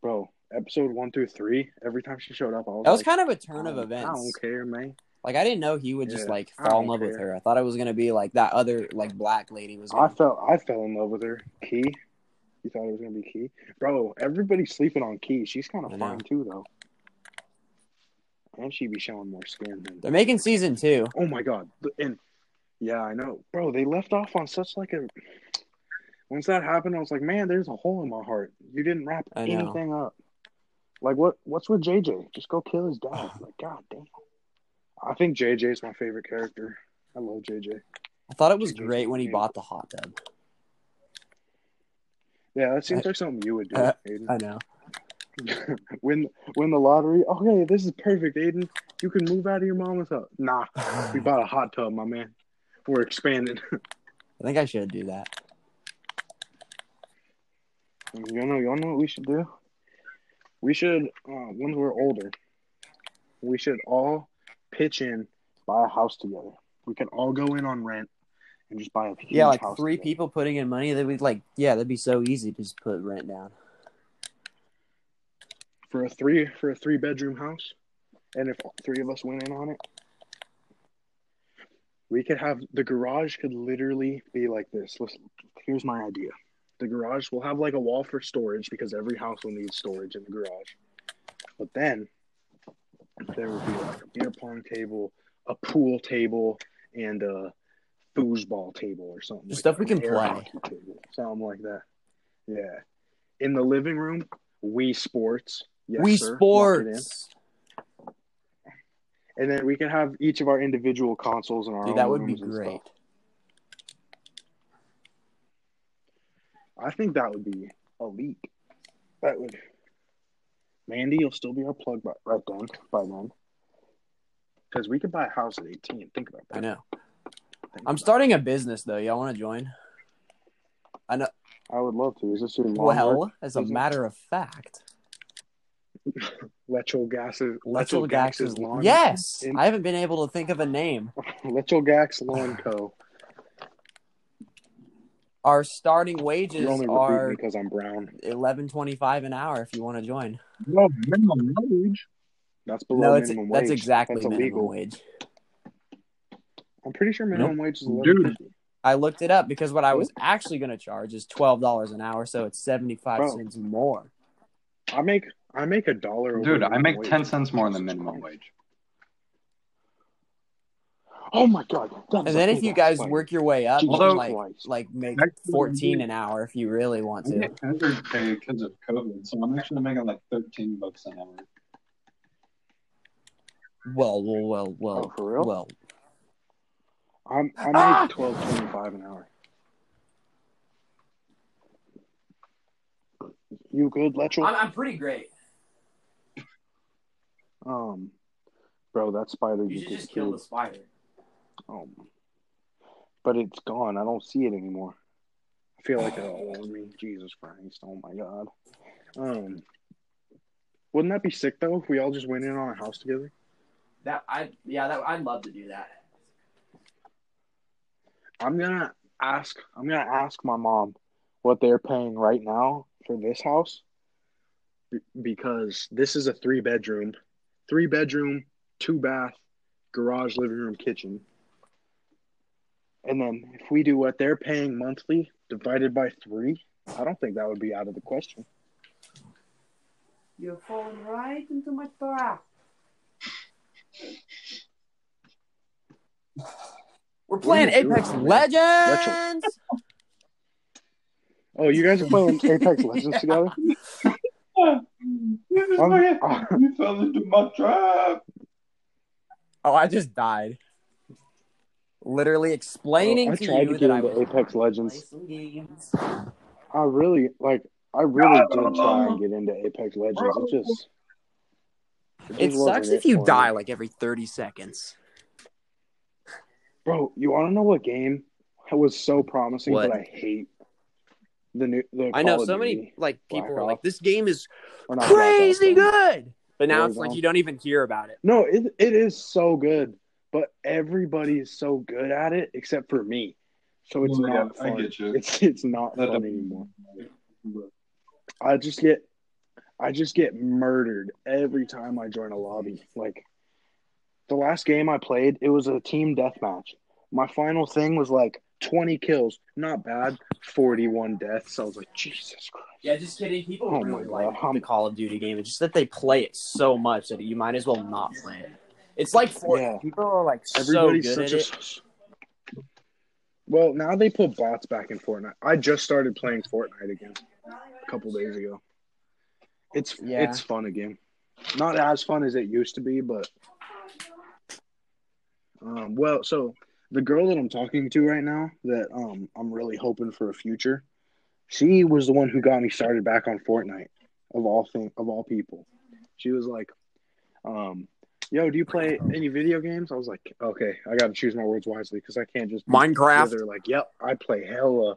[SPEAKER 1] Bro, episode one through three. Every time she showed up, I was,
[SPEAKER 3] That was
[SPEAKER 1] like,
[SPEAKER 3] kind of a turn of
[SPEAKER 1] "I don't- I
[SPEAKER 3] events.
[SPEAKER 1] don't care, man.
[SPEAKER 3] Like I didn't know he would just
[SPEAKER 1] Yeah,
[SPEAKER 3] like
[SPEAKER 1] I
[SPEAKER 3] fall in
[SPEAKER 1] don't
[SPEAKER 3] love with
[SPEAKER 1] care.
[SPEAKER 3] her. I thought it was gonna be like that other like black lady was.
[SPEAKER 1] I
[SPEAKER 3] Gonna...
[SPEAKER 1] felt I fell in love with her. Key. You thought it was gonna be Key, bro. Everybody's sleeping on Key. She's kind
[SPEAKER 3] I
[SPEAKER 1] of
[SPEAKER 3] know.
[SPEAKER 1] fine too, though. And she be showing more skin. Than...
[SPEAKER 3] They're making season two.
[SPEAKER 1] Oh my god! And yeah, I know, bro. They left off on such like a. Once that happened, I was like, man, there's a hole in my heart. You didn't wrap
[SPEAKER 3] I know.
[SPEAKER 1] anything up. Like what? What's with JJ? Just go kill his
[SPEAKER 3] <sighs>
[SPEAKER 1] dad. like god damn. I think JJ is my favorite character. I love JJ.
[SPEAKER 3] I thought it was
[SPEAKER 1] She just
[SPEAKER 3] great when he
[SPEAKER 1] made-
[SPEAKER 3] bought the hot tub.
[SPEAKER 1] Yeah, that seems like something you would do,
[SPEAKER 3] Uh,
[SPEAKER 1] Aiden.
[SPEAKER 3] I know. <laughs>
[SPEAKER 1] win win the lottery. Okay, this is perfect, Aiden. You can move out of your mama's house. Nah, we
[SPEAKER 3] I
[SPEAKER 1] bought a hot tub, my man. We're expanding.
[SPEAKER 3] think I should do that.
[SPEAKER 1] you know, y'all know what we should do. We should, uh, when we're older, we should all pitch in, buy a house together. We could all go in on rent and just buy a huge
[SPEAKER 3] Yeah, like
[SPEAKER 1] house
[SPEAKER 3] three
[SPEAKER 1] together.
[SPEAKER 3] people putting in money. That would like, yeah, that'd be so easy to just put rent down.
[SPEAKER 1] for a three for a three bedroom house, and if all three of us went in on it, we could have the garage could literally be like this. Listen, here's my idea: the garage will have like a wall for storage because every house will need storage in the garage. But then there would be like a beer pong table, a pool table, and a foosball table or something.
[SPEAKER 3] Just
[SPEAKER 1] like
[SPEAKER 3] stuff we
[SPEAKER 1] that, an
[SPEAKER 3] can
[SPEAKER 1] air
[SPEAKER 3] play.
[SPEAKER 1] hockey table, something like that. Yeah. In the living room, we sports. Yes,
[SPEAKER 3] we
[SPEAKER 1] sir. Lock it in.
[SPEAKER 3] sports.
[SPEAKER 1] And then we can have each of our individual consoles in our own
[SPEAKER 3] Dude, that would be
[SPEAKER 1] rooms and
[SPEAKER 3] great.
[SPEAKER 1] stuff. I think that would be elite. That would. Mandy, you'll still be our plug by, right then. By then, because we could buy a house at eighteen. Think about that.
[SPEAKER 3] I know.
[SPEAKER 1] Think
[SPEAKER 3] I'm
[SPEAKER 1] about
[SPEAKER 3] starting a business though. Y'all want to join?
[SPEAKER 1] it. I would love to. Is this your lawn work?
[SPEAKER 3] Well, as a
[SPEAKER 1] business?
[SPEAKER 3] matter of fact,
[SPEAKER 1] Letrol gases?
[SPEAKER 3] Lechel Gax is
[SPEAKER 1] lawn.
[SPEAKER 3] yes.
[SPEAKER 1] in-
[SPEAKER 3] I haven't been able to think of a name.
[SPEAKER 1] Letrol Gax Lawn Co.
[SPEAKER 3] Our starting wages
[SPEAKER 1] You only recruit
[SPEAKER 3] are
[SPEAKER 1] me because I'm brown.
[SPEAKER 3] eleven twenty five an hour. If you want to join,
[SPEAKER 2] No, minimum wage.
[SPEAKER 1] That's below
[SPEAKER 3] no, it's
[SPEAKER 1] minimum wage.
[SPEAKER 3] that's exactly
[SPEAKER 1] that's
[SPEAKER 3] minimum
[SPEAKER 1] illegal.
[SPEAKER 3] wage.
[SPEAKER 1] I'm pretty sure minimum wage is
[SPEAKER 2] Dude.
[SPEAKER 1] eleven fifty.
[SPEAKER 3] I looked it up because what I was actually going to charge is twelve dollars an hour, so it's seventy five
[SPEAKER 1] Bro.
[SPEAKER 3] cents more.
[SPEAKER 1] I make I make a dollar. over
[SPEAKER 2] Dude, I
[SPEAKER 1] minimum
[SPEAKER 2] make
[SPEAKER 1] wage.
[SPEAKER 2] 10 cents more than minimum wage.
[SPEAKER 1] Oh my god!
[SPEAKER 3] And then if you guys work your way up, you
[SPEAKER 2] Although-
[SPEAKER 3] can like like make fourteen an hour if you really want
[SPEAKER 2] I
[SPEAKER 3] to.
[SPEAKER 2] get hazard pay because of COVID, so I'm actually making like 13 bucks an hour.
[SPEAKER 3] Well, well, well,
[SPEAKER 1] oh
[SPEAKER 3] well,
[SPEAKER 1] for real,
[SPEAKER 3] well.
[SPEAKER 1] I'm I make
[SPEAKER 3] Ah!
[SPEAKER 1] twelve twenty five an hour. You good, Letchel?
[SPEAKER 3] I'm pretty great.
[SPEAKER 1] Um, bro, that spider you, just killed.
[SPEAKER 3] spider.
[SPEAKER 1] Um, but it's gone. I don't see it anymore. I feel like it'll own me. Jesus Christ! Oh my god. Um, wouldn't that be sick though if we all just went in on a house together?
[SPEAKER 3] That I yeah, that I'd love to do that.
[SPEAKER 1] I'm gonna ask. I'm gonna ask my mom what they're paying right now for this house b- because this is a three bedroom, three bedroom, two bath, garage, living room, kitchen. And then if we do what they're paying monthly divided by three, I don't think that would be out of the question.
[SPEAKER 4] You're falling right into my trap.
[SPEAKER 3] We're
[SPEAKER 1] What are
[SPEAKER 3] playing
[SPEAKER 1] you doing,
[SPEAKER 3] Apex
[SPEAKER 1] man?
[SPEAKER 3] Legends.
[SPEAKER 1] Oh, you guys are
[SPEAKER 2] <laughs>
[SPEAKER 1] playing Apex Legends together?
[SPEAKER 2] You just
[SPEAKER 1] I'm-
[SPEAKER 2] fucking- you fell into my trap.
[SPEAKER 3] Oh, I just died. Literally
[SPEAKER 1] Well,
[SPEAKER 3] explaining
[SPEAKER 1] <laughs> Oh, I
[SPEAKER 3] to
[SPEAKER 1] tried
[SPEAKER 3] you
[SPEAKER 1] to get
[SPEAKER 3] that I
[SPEAKER 1] into
[SPEAKER 3] was
[SPEAKER 1] Apex Legends.
[SPEAKER 3] Play some games.
[SPEAKER 1] I really like. I really
[SPEAKER 2] God,
[SPEAKER 1] did try
[SPEAKER 2] bro.
[SPEAKER 1] and get into Apex Legends. It just it,
[SPEAKER 3] It
[SPEAKER 1] just wasn't
[SPEAKER 3] sucks if you
[SPEAKER 1] for
[SPEAKER 3] die
[SPEAKER 1] me.
[SPEAKER 3] like every thirty seconds.
[SPEAKER 1] bro. You want to know what game was so promising,
[SPEAKER 3] What?
[SPEAKER 1] but I hate the new. The
[SPEAKER 3] I know
[SPEAKER 1] Call of
[SPEAKER 3] so
[SPEAKER 1] Duty.
[SPEAKER 3] many like people
[SPEAKER 1] Black
[SPEAKER 3] are like,
[SPEAKER 1] Ops.
[SPEAKER 3] "This game is
[SPEAKER 1] Or not Black Ops,
[SPEAKER 3] crazy
[SPEAKER 1] but-
[SPEAKER 3] good." But now
[SPEAKER 5] There
[SPEAKER 3] it's
[SPEAKER 5] you
[SPEAKER 3] like
[SPEAKER 5] go.
[SPEAKER 3] you don't even hear about it.
[SPEAKER 1] No, it it is so good, but everybody is so good at it except for me. So Oh, it's
[SPEAKER 2] Well, yeah,
[SPEAKER 1] not
[SPEAKER 2] I
[SPEAKER 1] fun.
[SPEAKER 2] get you.
[SPEAKER 1] It's it's not
[SPEAKER 2] That-
[SPEAKER 1] fun anymore. I just get I just get murdered every time I join a lobby. Like the last game I played, it was a team deathmatch. My final thing was like 20 kills, not bad, 41 deaths. I was like, Jesus Christ.
[SPEAKER 3] Yeah, just kidding. People
[SPEAKER 1] Oh
[SPEAKER 3] really
[SPEAKER 1] my God.
[SPEAKER 3] like the Call of Duty game. It's just that they play it so much that you might as well not play it. It's like Fortnite.
[SPEAKER 1] Yeah.
[SPEAKER 3] People are like so
[SPEAKER 1] Everybody's
[SPEAKER 3] good at
[SPEAKER 1] such a.
[SPEAKER 3] it.
[SPEAKER 1] Well, now they put bots back in Fortnite. I just started playing Fortnite again a couple days ago. It's
[SPEAKER 3] Yeah.
[SPEAKER 1] it's fun again. Not as fun as it used to be, but um, well, so the girl that I'm talking to right now, that um, I'm really hoping for a future, she was the one who got me started back on Fortnite, of all thing, of all people. She was like, um, "Yo, do you play any video games?" I was like, "Okay, I got to choose my words wisely because I can't just."
[SPEAKER 3] Minecraft.
[SPEAKER 1] They're like, "Yep, I play hella."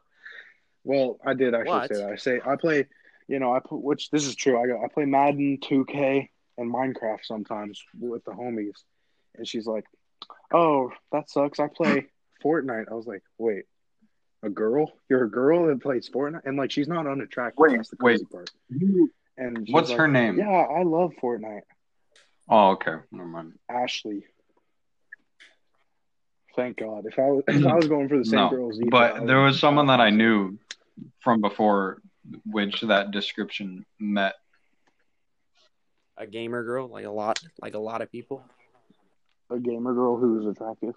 [SPEAKER 1] Well, I did actually
[SPEAKER 3] What?
[SPEAKER 1] say that. I say I play, you know, I put which this is true. I go, I play Madden, 2K, and Minecraft sometimes with the homies, and she's like, "Oh, that sucks. I
[SPEAKER 2] <laughs>
[SPEAKER 1] play Fortnite." I was like, "Wait." A girl? You're a girl that plays Fortnite, and like she's not unattractive.
[SPEAKER 2] Wait,
[SPEAKER 1] That's the crazy part.
[SPEAKER 2] You-
[SPEAKER 1] And she's
[SPEAKER 2] What's
[SPEAKER 1] like,
[SPEAKER 2] her name?
[SPEAKER 1] Yeah, I love Fortnite.
[SPEAKER 2] Oh, okay. Never mind.
[SPEAKER 1] Ashley. Thank God. If I was, <clears throat> if I was going for the same
[SPEAKER 2] No,
[SPEAKER 1] girl as Ethan, I
[SPEAKER 2] But
[SPEAKER 1] would-
[SPEAKER 2] there was someone that I knew from before, which that description met.
[SPEAKER 3] A gamer girl, like a lot, like a lot of people.
[SPEAKER 1] a gamer girl who was attractive.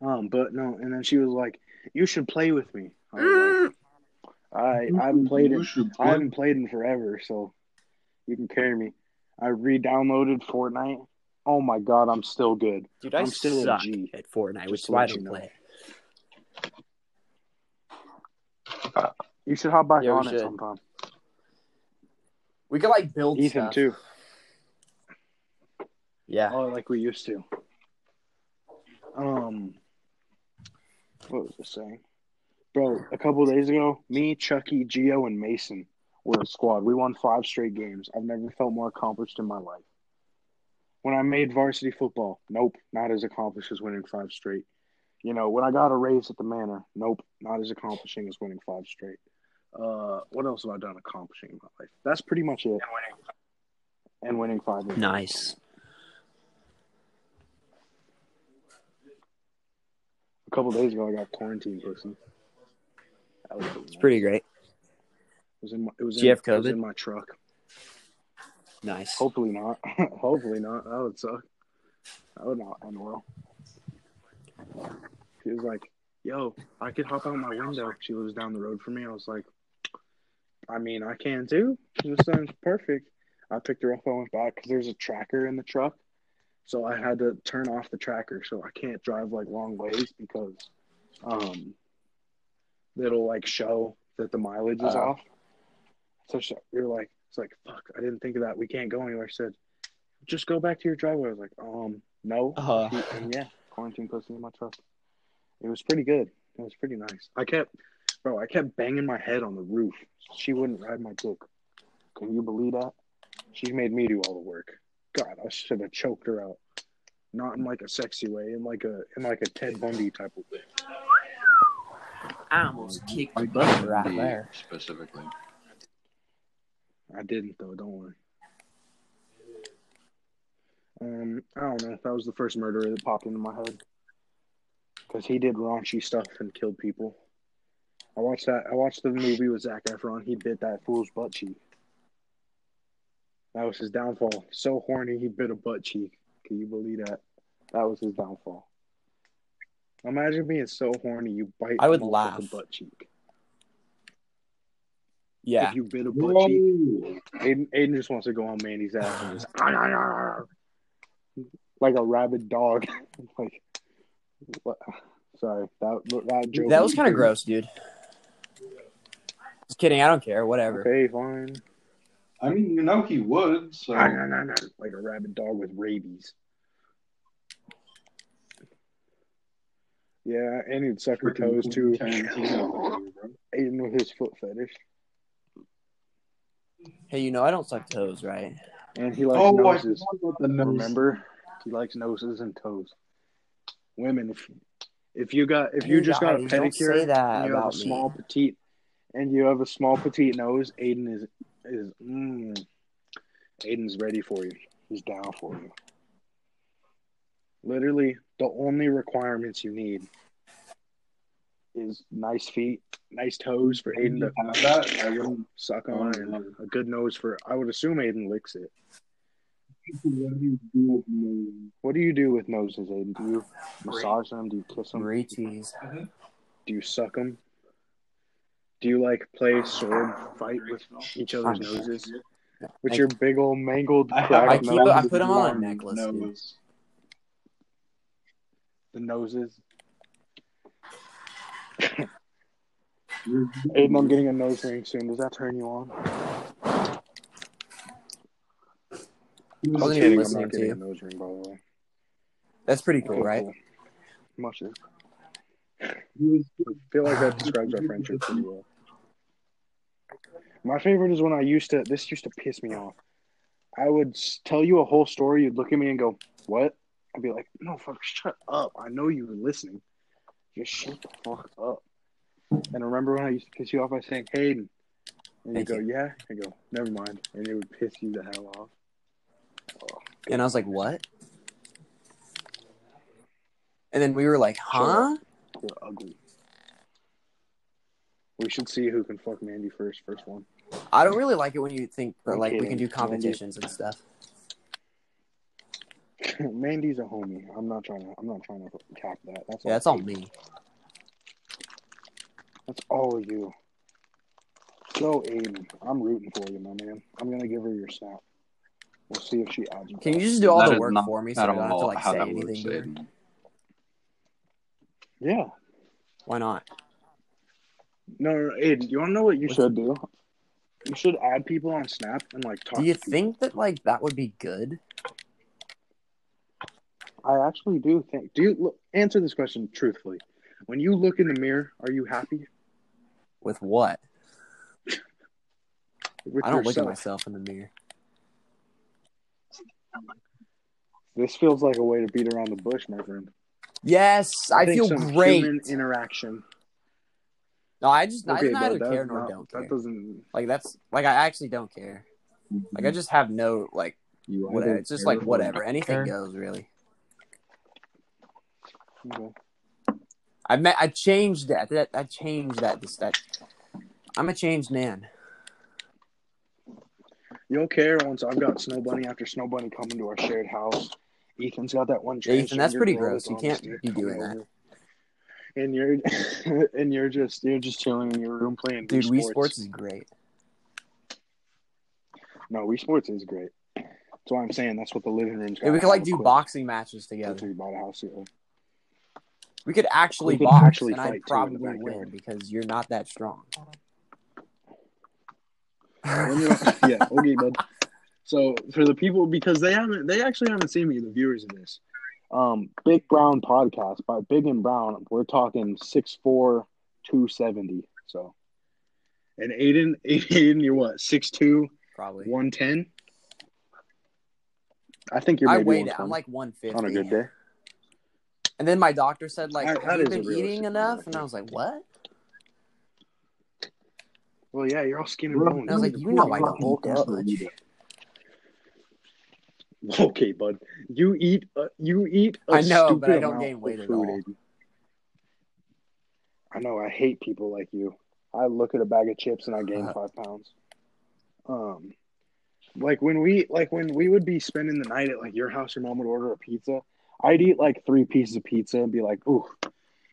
[SPEAKER 1] Um, but no, and then she was like, "You should play with me." I, was like, I, I haven't played in I haven't played in forever, so you can carry me. I re-downloaded Fortnite. Oh my God, I'm still good.
[SPEAKER 3] Dude, I
[SPEAKER 1] I'm still a
[SPEAKER 3] suck
[SPEAKER 1] G.
[SPEAKER 3] at Fortnite,
[SPEAKER 1] Just
[SPEAKER 3] which is
[SPEAKER 1] to
[SPEAKER 3] why I
[SPEAKER 1] let you
[SPEAKER 3] don't
[SPEAKER 1] know.
[SPEAKER 3] play.
[SPEAKER 1] You should hop back
[SPEAKER 3] Yeah, we
[SPEAKER 1] on it
[SPEAKER 3] should.
[SPEAKER 1] sometime.
[SPEAKER 3] We could like build
[SPEAKER 1] Ethan
[SPEAKER 3] stuff.
[SPEAKER 1] too.
[SPEAKER 3] Yeah.
[SPEAKER 1] Oh, like we used to. Um, what was I saying, bro? A couple days ago, me, Chucky, Geo, and Mason were a squad. We won five straight games. I've never felt more accomplished in my life. When I made varsity football, nope, not as accomplished as winning five straight. You know, when I got a raise at the manor, nope, not as accomplishing as winning five straight. Uh, what else have I done accomplishing in my life? That's pretty much it. And winning five. games.
[SPEAKER 3] Nice.
[SPEAKER 1] A couple days ago, I got quarantine pussy. That was
[SPEAKER 3] It's pretty
[SPEAKER 1] It
[SPEAKER 3] great.
[SPEAKER 1] was in my, it was
[SPEAKER 3] Do
[SPEAKER 1] in,
[SPEAKER 3] you have
[SPEAKER 1] it was
[SPEAKER 3] COVID?
[SPEAKER 1] in my truck.
[SPEAKER 3] Nice.
[SPEAKER 1] Hopefully not. <laughs> Hopefully not. That would suck. That would not end well. She was like, "Yo, I could hop out my window." She lives down the road from me. I was like, "I mean, I can too. This sounds perfect." I picked her up. I went back because there's a tracker in the truck, so I had to turn off the tracker so I can't drive like long ways because um, it'll like show that the mileage is
[SPEAKER 3] Uh.
[SPEAKER 1] off. So she, you're like, it's like, fuck, I didn't think of that. We can't go anywhere. She said, just go back to your driveway. I was like, um, no.
[SPEAKER 3] Uh,
[SPEAKER 1] And yeah, quarantine pussy in my truck. It was pretty good. It was pretty nice. I kept, bro, I kept banging my head on the roof. She wouldn't ride my dick. Can you believe that? She made me do all the work. God, I should have choked her out. Not in like a sexy way, in like a in like a Ted Bundy type of way.
[SPEAKER 3] I almost kicked your
[SPEAKER 2] Like,
[SPEAKER 3] butt
[SPEAKER 2] be
[SPEAKER 3] right there.
[SPEAKER 2] Specifically.
[SPEAKER 1] I didn't though. Don't worry. Um, I don't know. That was the first murderer that popped into my head because he did raunchy stuff and killed people. I watched that. I watched the movie with Zach Efron. He bit that fool's butt cheek. That was his downfall. So horny, he bit a butt cheek. Can you believe that? That was his downfall. Imagine being so horny you bite.
[SPEAKER 3] I would
[SPEAKER 1] a motherfucker
[SPEAKER 3] laugh.
[SPEAKER 1] Butt cheek.
[SPEAKER 3] Yeah.
[SPEAKER 1] If you bit a butt cheek, Aiden, Aiden just wants to go on Mandy's ass and just "Arr, arr, arr, arr," like a rabid dog. <laughs> like, what? sorry, that that joke.
[SPEAKER 3] That was kind of gross, dude. Just kidding. I don't care. Whatever.
[SPEAKER 1] Okay, fine.
[SPEAKER 2] I mean, you know he would. So
[SPEAKER 1] Arr, arr, arr, arr, Like a rabid dog with rabies. Yeah, and he'd suck her toes
[SPEAKER 2] <laughs>
[SPEAKER 1] too. <laughs> Aiden with his foot fetish.
[SPEAKER 3] Hey, you know I don't suck toes, right?
[SPEAKER 1] And he likes
[SPEAKER 2] oh, I
[SPEAKER 1] noses.
[SPEAKER 2] forgot about the nose.
[SPEAKER 1] Remember, he likes noses and toes. Women, if if you got if you
[SPEAKER 3] Hey,
[SPEAKER 1] just got a
[SPEAKER 3] guys, don't say
[SPEAKER 1] pedicure
[SPEAKER 3] that
[SPEAKER 1] and you have a
[SPEAKER 3] about me.
[SPEAKER 1] small petite and you have a small petite nose, Aiden is is mm, Aiden's ready for you. He's down for you. Literally, the only requirements you need is nice feet, nice toes for Aiden to
[SPEAKER 2] Have that, I
[SPEAKER 3] Mm-hmm.
[SPEAKER 2] wouldn't
[SPEAKER 1] suck on, and a good nose for. I would assume Aiden licks it.
[SPEAKER 2] What do you do with nose?
[SPEAKER 1] What do you do with noses, Aiden? Do you massage them? Do you kiss them?
[SPEAKER 3] Brie cheese.
[SPEAKER 1] Do you suck them? Do you like play sword fight with each other's
[SPEAKER 3] I'm-
[SPEAKER 1] noses? With
[SPEAKER 3] I-
[SPEAKER 1] your big old mangled
[SPEAKER 2] I have
[SPEAKER 1] cracked
[SPEAKER 3] keep-
[SPEAKER 1] nose,
[SPEAKER 3] I put 'em on a
[SPEAKER 2] long
[SPEAKER 3] necklace, dude.
[SPEAKER 2] nose.
[SPEAKER 1] the
[SPEAKER 2] <laughs>
[SPEAKER 1] noses. Aiden, I'm
[SPEAKER 2] Aiden,
[SPEAKER 1] getting a nose ring soon. Does that turn you on?
[SPEAKER 3] I
[SPEAKER 1] I'm
[SPEAKER 3] wasn't
[SPEAKER 1] kidding.
[SPEAKER 3] even
[SPEAKER 1] I'm
[SPEAKER 3] listening
[SPEAKER 1] not
[SPEAKER 3] to
[SPEAKER 1] getting a
[SPEAKER 3] you.
[SPEAKER 1] nose ring, by the way.
[SPEAKER 3] That's pretty cool, right?
[SPEAKER 1] Much is. I feel like that describes our friendship pretty well. My favorite is when I used to. This used to piss me off. I would s- tell you a whole story. You'd look at me and go, "What?" I'd be like, "No, fuck, shut up. I know you were listening. Just shut the fuck up." And remember when I used to piss you off by saying Hayden, and you
[SPEAKER 3] Thank
[SPEAKER 1] go,
[SPEAKER 3] you.
[SPEAKER 1] "Yeah," I go, "Never mind," and it would piss you the hell off.
[SPEAKER 3] And I was like, what? And then we were like, huh?
[SPEAKER 1] You're ugly. We should see who can fuck Mandy first. First one.
[SPEAKER 3] I don't really like it when you think that
[SPEAKER 1] I'm
[SPEAKER 3] like we
[SPEAKER 1] kidding.
[SPEAKER 3] can do
[SPEAKER 1] Mandy-
[SPEAKER 3] competitions and stuff.
[SPEAKER 1] <clears throat> Mandy's a homie. I'm not trying to. I'm not trying to cap that. That's
[SPEAKER 3] Yeah, that's all me.
[SPEAKER 1] That's all you. Go, Aiden. I'm rooting for you, my man. I'm gonna give her your snap. We'll see if she adds. you
[SPEAKER 3] Can you
[SPEAKER 1] back.
[SPEAKER 3] just do all
[SPEAKER 2] That
[SPEAKER 3] the
[SPEAKER 2] is
[SPEAKER 3] work
[SPEAKER 2] not
[SPEAKER 3] for me so I
[SPEAKER 2] at
[SPEAKER 3] don't have to
[SPEAKER 2] all
[SPEAKER 3] like
[SPEAKER 2] how
[SPEAKER 3] say
[SPEAKER 2] that
[SPEAKER 3] anything
[SPEAKER 2] works,
[SPEAKER 3] to her?
[SPEAKER 2] Aiden.
[SPEAKER 1] Yeah.
[SPEAKER 3] Why not?
[SPEAKER 1] No, no, no, Aiden. You wanna know what you
[SPEAKER 3] What's-
[SPEAKER 1] should do? You should add people on Snap and like talk.
[SPEAKER 3] Do you
[SPEAKER 1] to people.
[SPEAKER 3] think that like that would be good?
[SPEAKER 1] I actually do think. Do you look, answer this question truthfully? When you look in the mirror, are you happy
[SPEAKER 3] With what?
[SPEAKER 1] with
[SPEAKER 3] I don't look at
[SPEAKER 1] yourself?
[SPEAKER 3] myself in the mirror.
[SPEAKER 1] This feels like a way to beat around the bush, my friend.
[SPEAKER 3] Yes, I,
[SPEAKER 1] think
[SPEAKER 3] feel
[SPEAKER 1] some
[SPEAKER 3] great.
[SPEAKER 1] Human interaction.
[SPEAKER 3] no, I just I
[SPEAKER 1] Okay, but
[SPEAKER 3] neither
[SPEAKER 1] that's
[SPEAKER 3] care nor
[SPEAKER 1] not-
[SPEAKER 3] don't care.
[SPEAKER 1] That doesn't.
[SPEAKER 3] Like that's like I actually don't care. Like I
[SPEAKER 1] Mm-hmm.
[SPEAKER 3] just have no like
[SPEAKER 2] You
[SPEAKER 3] whatever.
[SPEAKER 2] either
[SPEAKER 3] It's just
[SPEAKER 2] care
[SPEAKER 3] like
[SPEAKER 2] or
[SPEAKER 3] whatever.
[SPEAKER 2] not
[SPEAKER 3] Anything
[SPEAKER 2] care.
[SPEAKER 3] goes really.
[SPEAKER 1] Okay.
[SPEAKER 3] I met I changed that. That I changed that this that I'm a changed man.
[SPEAKER 1] You'll care once I've got Snow Bunny after Snow Bunny coming to our shared house. Ethan's got that one.
[SPEAKER 3] Yeah, Ethan, that's
[SPEAKER 1] transgender
[SPEAKER 3] pretty
[SPEAKER 1] girl
[SPEAKER 3] gross.
[SPEAKER 1] that's
[SPEAKER 3] You
[SPEAKER 1] on
[SPEAKER 3] can't
[SPEAKER 1] the
[SPEAKER 3] be
[SPEAKER 1] coming
[SPEAKER 3] doing
[SPEAKER 1] over.
[SPEAKER 3] that.
[SPEAKER 1] And you're, <laughs> and you're just you're just chilling in your room playing.
[SPEAKER 3] Dude, Wii Sports is great.
[SPEAKER 1] no, Wii Sports is great. That's why I'm saying that's what the living room's.
[SPEAKER 3] Yeah,
[SPEAKER 1] gotta
[SPEAKER 3] we could like
[SPEAKER 1] have
[SPEAKER 3] do
[SPEAKER 1] equipped.
[SPEAKER 3] boxing matches
[SPEAKER 1] That's
[SPEAKER 3] together.
[SPEAKER 1] what you bought a house. here.
[SPEAKER 3] We could actually
[SPEAKER 1] We could
[SPEAKER 3] box,
[SPEAKER 1] actually
[SPEAKER 3] and
[SPEAKER 1] fight, too, in
[SPEAKER 3] I'd
[SPEAKER 1] the
[SPEAKER 3] probably
[SPEAKER 1] backyard.
[SPEAKER 3] win because you're not that strong.
[SPEAKER 1] When you're- <laughs> yeah. Okay, bud. So for the people, because they haven't, they actually haven't seen me. The viewers of this, um, Big Brown podcast by Big and Brown. We're talking six four, two seventy. So, and Aiden, <laughs> Aiden, you're what six two,
[SPEAKER 3] Probably.
[SPEAKER 1] one ten. I think you're.
[SPEAKER 3] I
[SPEAKER 1] Maybe
[SPEAKER 3] weighed it.
[SPEAKER 1] 120
[SPEAKER 3] I'm like 150.
[SPEAKER 1] on a good day.
[SPEAKER 3] And then my doctor said, like,
[SPEAKER 1] That- that
[SPEAKER 3] have
[SPEAKER 1] is
[SPEAKER 3] you
[SPEAKER 1] a
[SPEAKER 3] been
[SPEAKER 1] realistic
[SPEAKER 3] eating
[SPEAKER 1] number, I
[SPEAKER 3] enough? And I
[SPEAKER 1] think.
[SPEAKER 3] was like, what?
[SPEAKER 1] Well, yeah, you're all skin and
[SPEAKER 2] Well,
[SPEAKER 1] bones.
[SPEAKER 3] And I was like, you know I don't eat that much.
[SPEAKER 1] <laughs> Okay, bud. You eat. Uh, you eat. I
[SPEAKER 3] I know, but I don't
[SPEAKER 1] amount
[SPEAKER 3] gain
[SPEAKER 1] of
[SPEAKER 3] weight at
[SPEAKER 1] food,
[SPEAKER 3] all.
[SPEAKER 1] Aiden. I know. I hate people like you. I look at a bag of chips and I gain
[SPEAKER 3] Uh.
[SPEAKER 1] five pounds. Um, like when we like when we would be spending the night at like your house, your mom would order a pizza. I'd eat like three pieces of pizza and be like, "Ooh,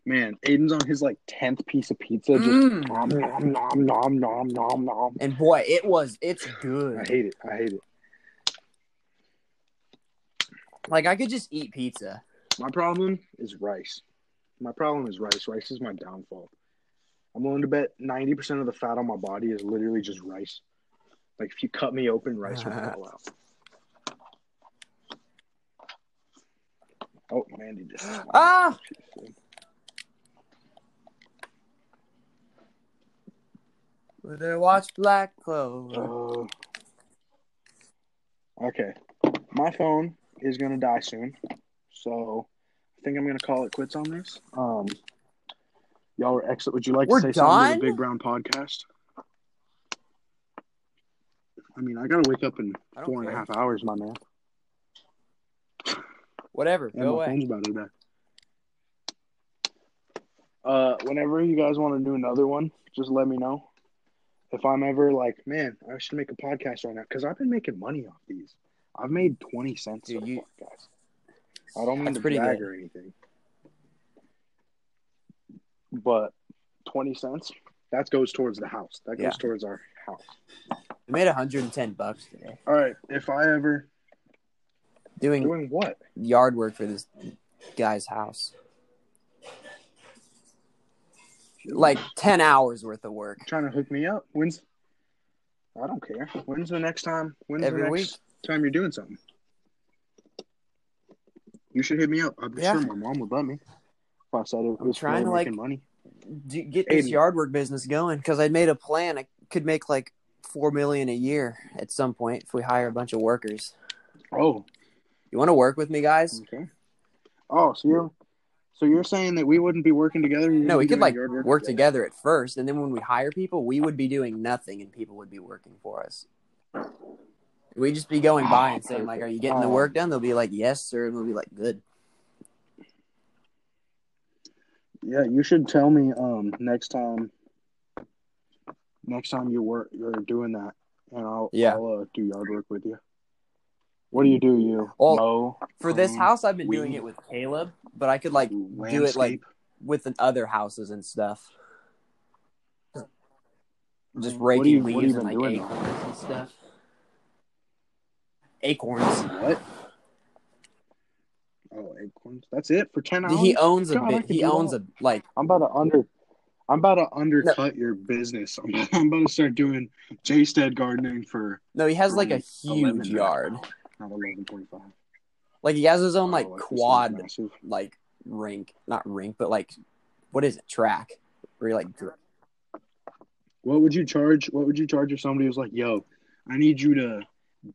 [SPEAKER 1] man, Aiden's on his like tenth piece of pizza." Just
[SPEAKER 3] Mm.
[SPEAKER 1] nom nom nom nom nom nom nom.
[SPEAKER 3] And boy, it was, it's
[SPEAKER 1] I
[SPEAKER 3] good.
[SPEAKER 1] hate it. I hate it.
[SPEAKER 3] Like, I could just eat pizza.
[SPEAKER 1] My problem is rice. My problem is rice. Rice is my downfall. I'm willing to bet 90% of the fat on my body is literally just rice. Like if you cut me open, rice will fall out. Oh, Mandy just.
[SPEAKER 3] Ah! Would I watch Black Clover?
[SPEAKER 1] Uh, Okay. My phone is gonna die soon, so I think I'm gonna call it quits on this. Um, y'all are excellent. Would you like
[SPEAKER 6] We're
[SPEAKER 1] to say something
[SPEAKER 6] done?
[SPEAKER 1] to the Big Brown Podcast? I mean, I gotta wake up in
[SPEAKER 6] I don't
[SPEAKER 1] four and a
[SPEAKER 6] care.
[SPEAKER 1] half hours, my man.
[SPEAKER 6] Whatever.
[SPEAKER 1] Uh, And
[SPEAKER 6] Go
[SPEAKER 1] my
[SPEAKER 6] away.
[SPEAKER 1] phone's about to die. Uh, whenever you guys want to do another one, just let me know. If I'm ever like, man, I should make a podcast right now because I've been making money off these. I've made twenty cents.
[SPEAKER 6] Dude,
[SPEAKER 1] so
[SPEAKER 6] you-
[SPEAKER 1] far, guys. I don't mean
[SPEAKER 6] That's
[SPEAKER 1] to
[SPEAKER 6] pretty
[SPEAKER 1] brag
[SPEAKER 6] good.
[SPEAKER 1] or anything, but twenty cents that goes towards the house. That goes
[SPEAKER 6] Yeah.
[SPEAKER 1] towards our house.
[SPEAKER 3] I made 110 bucks today
[SPEAKER 1] All right. If I ever
[SPEAKER 6] Mm.
[SPEAKER 3] doing
[SPEAKER 1] doing what?
[SPEAKER 3] yard work for this guy's house. Like 10 hours worth of work.
[SPEAKER 1] trying to hook me up. When's I don't care. When's the next time? When's
[SPEAKER 3] Every
[SPEAKER 1] the next time you're doing something? You should hit me up. I'm
[SPEAKER 3] Yeah.
[SPEAKER 1] sure my mom would let me. If I said it
[SPEAKER 3] I'm
[SPEAKER 1] was
[SPEAKER 3] trying
[SPEAKER 1] for
[SPEAKER 3] to, like-
[SPEAKER 1] making money.
[SPEAKER 3] Do, get this
[SPEAKER 1] Aiden.
[SPEAKER 3] yard work business going because I made a plan. I could make like four million a year at some point if we hire a bunch of workers.
[SPEAKER 1] Oh,
[SPEAKER 3] You want to work with me, guys?
[SPEAKER 1] okay. Oh, so you're so you're saying that we wouldn't be working together? We wouldn't
[SPEAKER 3] No, we
[SPEAKER 1] be
[SPEAKER 3] could
[SPEAKER 1] doing
[SPEAKER 3] like
[SPEAKER 1] yard
[SPEAKER 3] work together at first, and then when we hire people, we would be doing nothing, and people would be working for us. We'd just be going by and saying like, "Are you
[SPEAKER 1] Oh.
[SPEAKER 3] getting the work done?" They'll be like, "Yes, sir," and we'll be like, "Good."
[SPEAKER 1] Yeah, you should tell me um next time. Next time you work, you're doing that, and I'll
[SPEAKER 3] Yeah.
[SPEAKER 1] I'll uh, do yard work with you. What do you do? You
[SPEAKER 3] Well,
[SPEAKER 1] mow
[SPEAKER 3] For this
[SPEAKER 1] Mm,
[SPEAKER 3] house, I've been
[SPEAKER 1] we-
[SPEAKER 3] doing it with Caleb, but I could like do it like
[SPEAKER 1] landscape?
[SPEAKER 3] with the other houses and stuff. Just
[SPEAKER 1] What
[SPEAKER 3] raking
[SPEAKER 1] do you- what
[SPEAKER 3] leaves
[SPEAKER 1] have
[SPEAKER 3] and
[SPEAKER 1] you
[SPEAKER 3] like
[SPEAKER 1] been doing,
[SPEAKER 3] acorns and stuff. Acorns.
[SPEAKER 1] What? Oh, acorns. That's it for ten hours.
[SPEAKER 3] He owns a
[SPEAKER 1] God, I
[SPEAKER 3] bit.
[SPEAKER 1] could
[SPEAKER 3] He
[SPEAKER 1] do
[SPEAKER 3] owns
[SPEAKER 1] that.
[SPEAKER 3] a like.
[SPEAKER 1] I'm about to under. I'm about to undercut your business. <laughs> I'm, I'm about to start doing J-stead gardening for
[SPEAKER 3] No, he has like a
[SPEAKER 1] Um, 11
[SPEAKER 3] huge
[SPEAKER 1] and a half
[SPEAKER 3] yard.
[SPEAKER 1] hours, Not eleven forty-five.
[SPEAKER 3] Like he has his own like
[SPEAKER 1] Oh, it's not
[SPEAKER 3] quad
[SPEAKER 1] massive.
[SPEAKER 3] like rink, not rink, but like what is it? Track where you like dr-
[SPEAKER 1] What would you charge? What would you charge if somebody was like, "Yo, I need you to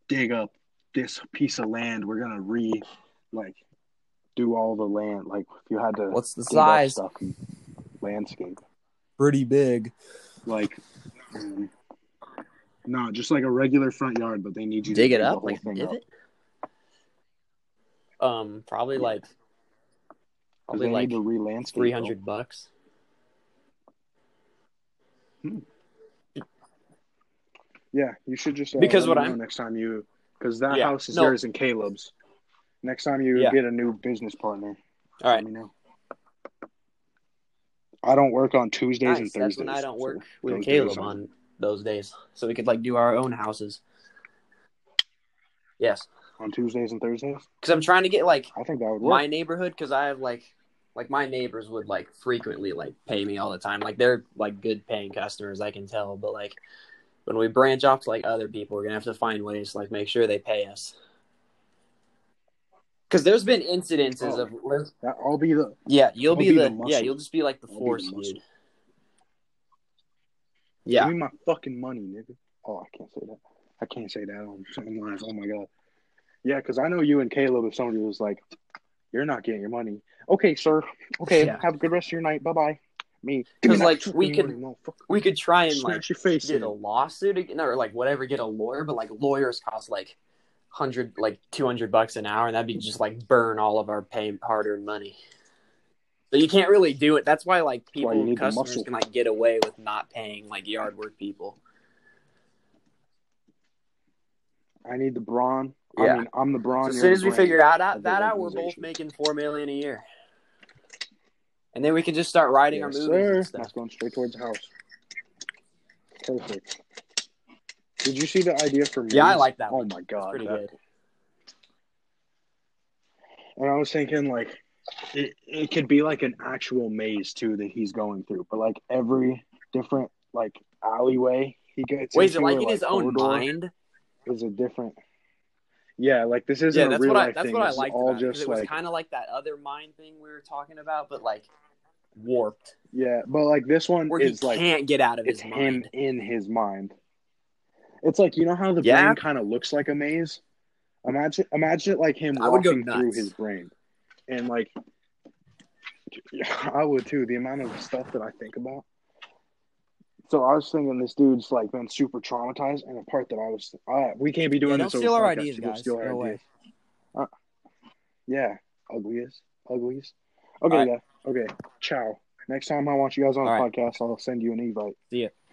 [SPEAKER 1] dig up this piece of land. We're gonna re, like, do all the land. Like, if you had to
[SPEAKER 3] what's the
[SPEAKER 1] dig up
[SPEAKER 3] size?
[SPEAKER 1] stuff, and landscape,
[SPEAKER 3] Pretty big.
[SPEAKER 1] like, um, no, just like a regular front yard, but they need you
[SPEAKER 3] Dig
[SPEAKER 1] to
[SPEAKER 3] it
[SPEAKER 1] the
[SPEAKER 3] up
[SPEAKER 1] whole
[SPEAKER 3] like
[SPEAKER 1] thing
[SPEAKER 3] divot.
[SPEAKER 1] up.
[SPEAKER 3] Um, probably like
[SPEAKER 1] 'Cause
[SPEAKER 3] probably
[SPEAKER 1] they
[SPEAKER 3] like
[SPEAKER 1] need to re-landscape.
[SPEAKER 3] three hundred bucks.
[SPEAKER 1] Yeah, you should just uh,
[SPEAKER 3] Because
[SPEAKER 1] let me
[SPEAKER 3] what I'm-
[SPEAKER 1] know next time you because that
[SPEAKER 3] Yeah,
[SPEAKER 1] house is
[SPEAKER 3] no.
[SPEAKER 1] yours and Caleb's. Next time you
[SPEAKER 3] Yeah.
[SPEAKER 1] get a new business partner,
[SPEAKER 3] All
[SPEAKER 1] let
[SPEAKER 3] right,
[SPEAKER 1] me know. I don't work on Tuesdays and
[SPEAKER 3] nice.
[SPEAKER 1] Thursdays.
[SPEAKER 3] That's when I don't
[SPEAKER 1] so
[SPEAKER 3] work with
[SPEAKER 1] those days
[SPEAKER 3] Caleb
[SPEAKER 1] I'm-
[SPEAKER 3] on those days, so we could like do our own houses. Yes,
[SPEAKER 1] on Tuesdays and Thursdays.
[SPEAKER 3] because I'm trying to get like
[SPEAKER 1] I think that would work.
[SPEAKER 3] my neighborhood because I have like like my neighbors would like frequently like pay me all the time. Like they're like good paying customers, I can tell. But like when we branch off to like other people, we're gonna have to find ways to like make sure they pay us. Because there's been incidences
[SPEAKER 1] Oh.
[SPEAKER 3] of
[SPEAKER 1] That- I'll be the
[SPEAKER 3] yeah, you'll
[SPEAKER 1] I'll
[SPEAKER 3] be,
[SPEAKER 1] be the
[SPEAKER 3] the, yeah,
[SPEAKER 1] muscle.
[SPEAKER 3] you'll just be like the
[SPEAKER 1] I'll be the
[SPEAKER 3] force
[SPEAKER 1] muscle.
[SPEAKER 3] dude. Yeah,
[SPEAKER 1] give me my fucking money, nigga. Oh, I can't say that. I can't say that on, on live. Oh my god. Yeah, because I know you and Caleb. If somebody was like, "You're not getting your money," okay, sir. Okay,
[SPEAKER 3] Yeah.
[SPEAKER 1] have a good rest of your night. Bye bye. Me,
[SPEAKER 3] 'Cause, like, we
[SPEAKER 1] can
[SPEAKER 3] could- we could try and like
[SPEAKER 1] smash your face
[SPEAKER 3] get
[SPEAKER 1] in.
[SPEAKER 3] a lawsuit again or like whatever get a lawyer but like lawyers cost like 100 like 200 bucks an hour and that'd be just like burn all of our pay hard-earned money so you can't really do it that's why like
[SPEAKER 1] why you
[SPEAKER 3] people
[SPEAKER 1] need the
[SPEAKER 3] customers
[SPEAKER 1] muscle.
[SPEAKER 3] can like get away with not paying like yard work people
[SPEAKER 1] I need the brawn.
[SPEAKER 3] Yeah.
[SPEAKER 1] I mean, I'm the brawn.
[SPEAKER 3] so
[SPEAKER 1] you're
[SPEAKER 3] as soon
[SPEAKER 1] the
[SPEAKER 3] as we
[SPEAKER 1] brain.
[SPEAKER 3] figure out, out
[SPEAKER 1] of
[SPEAKER 3] that
[SPEAKER 1] the
[SPEAKER 3] out we're both
[SPEAKER 1] organization.
[SPEAKER 3] making four million a year and then we can just start writing our
[SPEAKER 1] Yes,
[SPEAKER 3] movies
[SPEAKER 1] sir.
[SPEAKER 3] and
[SPEAKER 1] That's
[SPEAKER 3] stuff
[SPEAKER 1] going straight towards the house. Perfect. Did you see the idea for me?
[SPEAKER 3] yeah i like that
[SPEAKER 1] Oh
[SPEAKER 3] one
[SPEAKER 1] my
[SPEAKER 3] it's
[SPEAKER 1] god,
[SPEAKER 3] pretty
[SPEAKER 1] that-
[SPEAKER 3] good
[SPEAKER 1] And I was thinking like it, it could be like an actual maze too that he's going through, but like every different like alleyway he gets
[SPEAKER 3] wait is it
[SPEAKER 1] into
[SPEAKER 3] like
[SPEAKER 1] or,
[SPEAKER 3] in his own
[SPEAKER 1] corridor
[SPEAKER 3] mind
[SPEAKER 1] is a different. Yeah, like this isn't
[SPEAKER 3] yeah,
[SPEAKER 1] a
[SPEAKER 3] that's
[SPEAKER 1] real
[SPEAKER 3] what I
[SPEAKER 1] life
[SPEAKER 3] that's
[SPEAKER 1] thing.
[SPEAKER 3] what I
[SPEAKER 1] This is
[SPEAKER 3] liked
[SPEAKER 1] all
[SPEAKER 3] about it, 'cause
[SPEAKER 1] just
[SPEAKER 3] it was
[SPEAKER 1] like
[SPEAKER 3] kind of like that other mind thing we were talking about, but like warped,
[SPEAKER 1] yeah, but like this one
[SPEAKER 3] where he
[SPEAKER 1] is like
[SPEAKER 3] can't get out of
[SPEAKER 1] it's
[SPEAKER 3] his
[SPEAKER 1] him
[SPEAKER 3] mind.
[SPEAKER 1] in his mind. It's like you know how the
[SPEAKER 3] Yeah.
[SPEAKER 1] brain kind of looks like a maze. Imagine, imagine it like him
[SPEAKER 5] I would go
[SPEAKER 1] walking through
[SPEAKER 5] nuts.
[SPEAKER 1] his brain, and like, <laughs> I would too. The amount of stuff that I think about. So I was thinking, this dude's like been super traumatized, and the part that I was, uh, we can't be doing
[SPEAKER 3] Yeah, don't
[SPEAKER 1] this. over
[SPEAKER 3] steal our
[SPEAKER 1] podcast.
[SPEAKER 3] ideas,
[SPEAKER 1] People
[SPEAKER 3] guys.
[SPEAKER 1] steal our
[SPEAKER 3] No way.
[SPEAKER 1] ideas. Uh, yeah, ugliest, ugliest. Okay,
[SPEAKER 3] All
[SPEAKER 1] yeah. Okay, ciao. Next time I want you guys on a
[SPEAKER 3] All
[SPEAKER 1] podcast, I'll send you an invite.
[SPEAKER 3] See ya.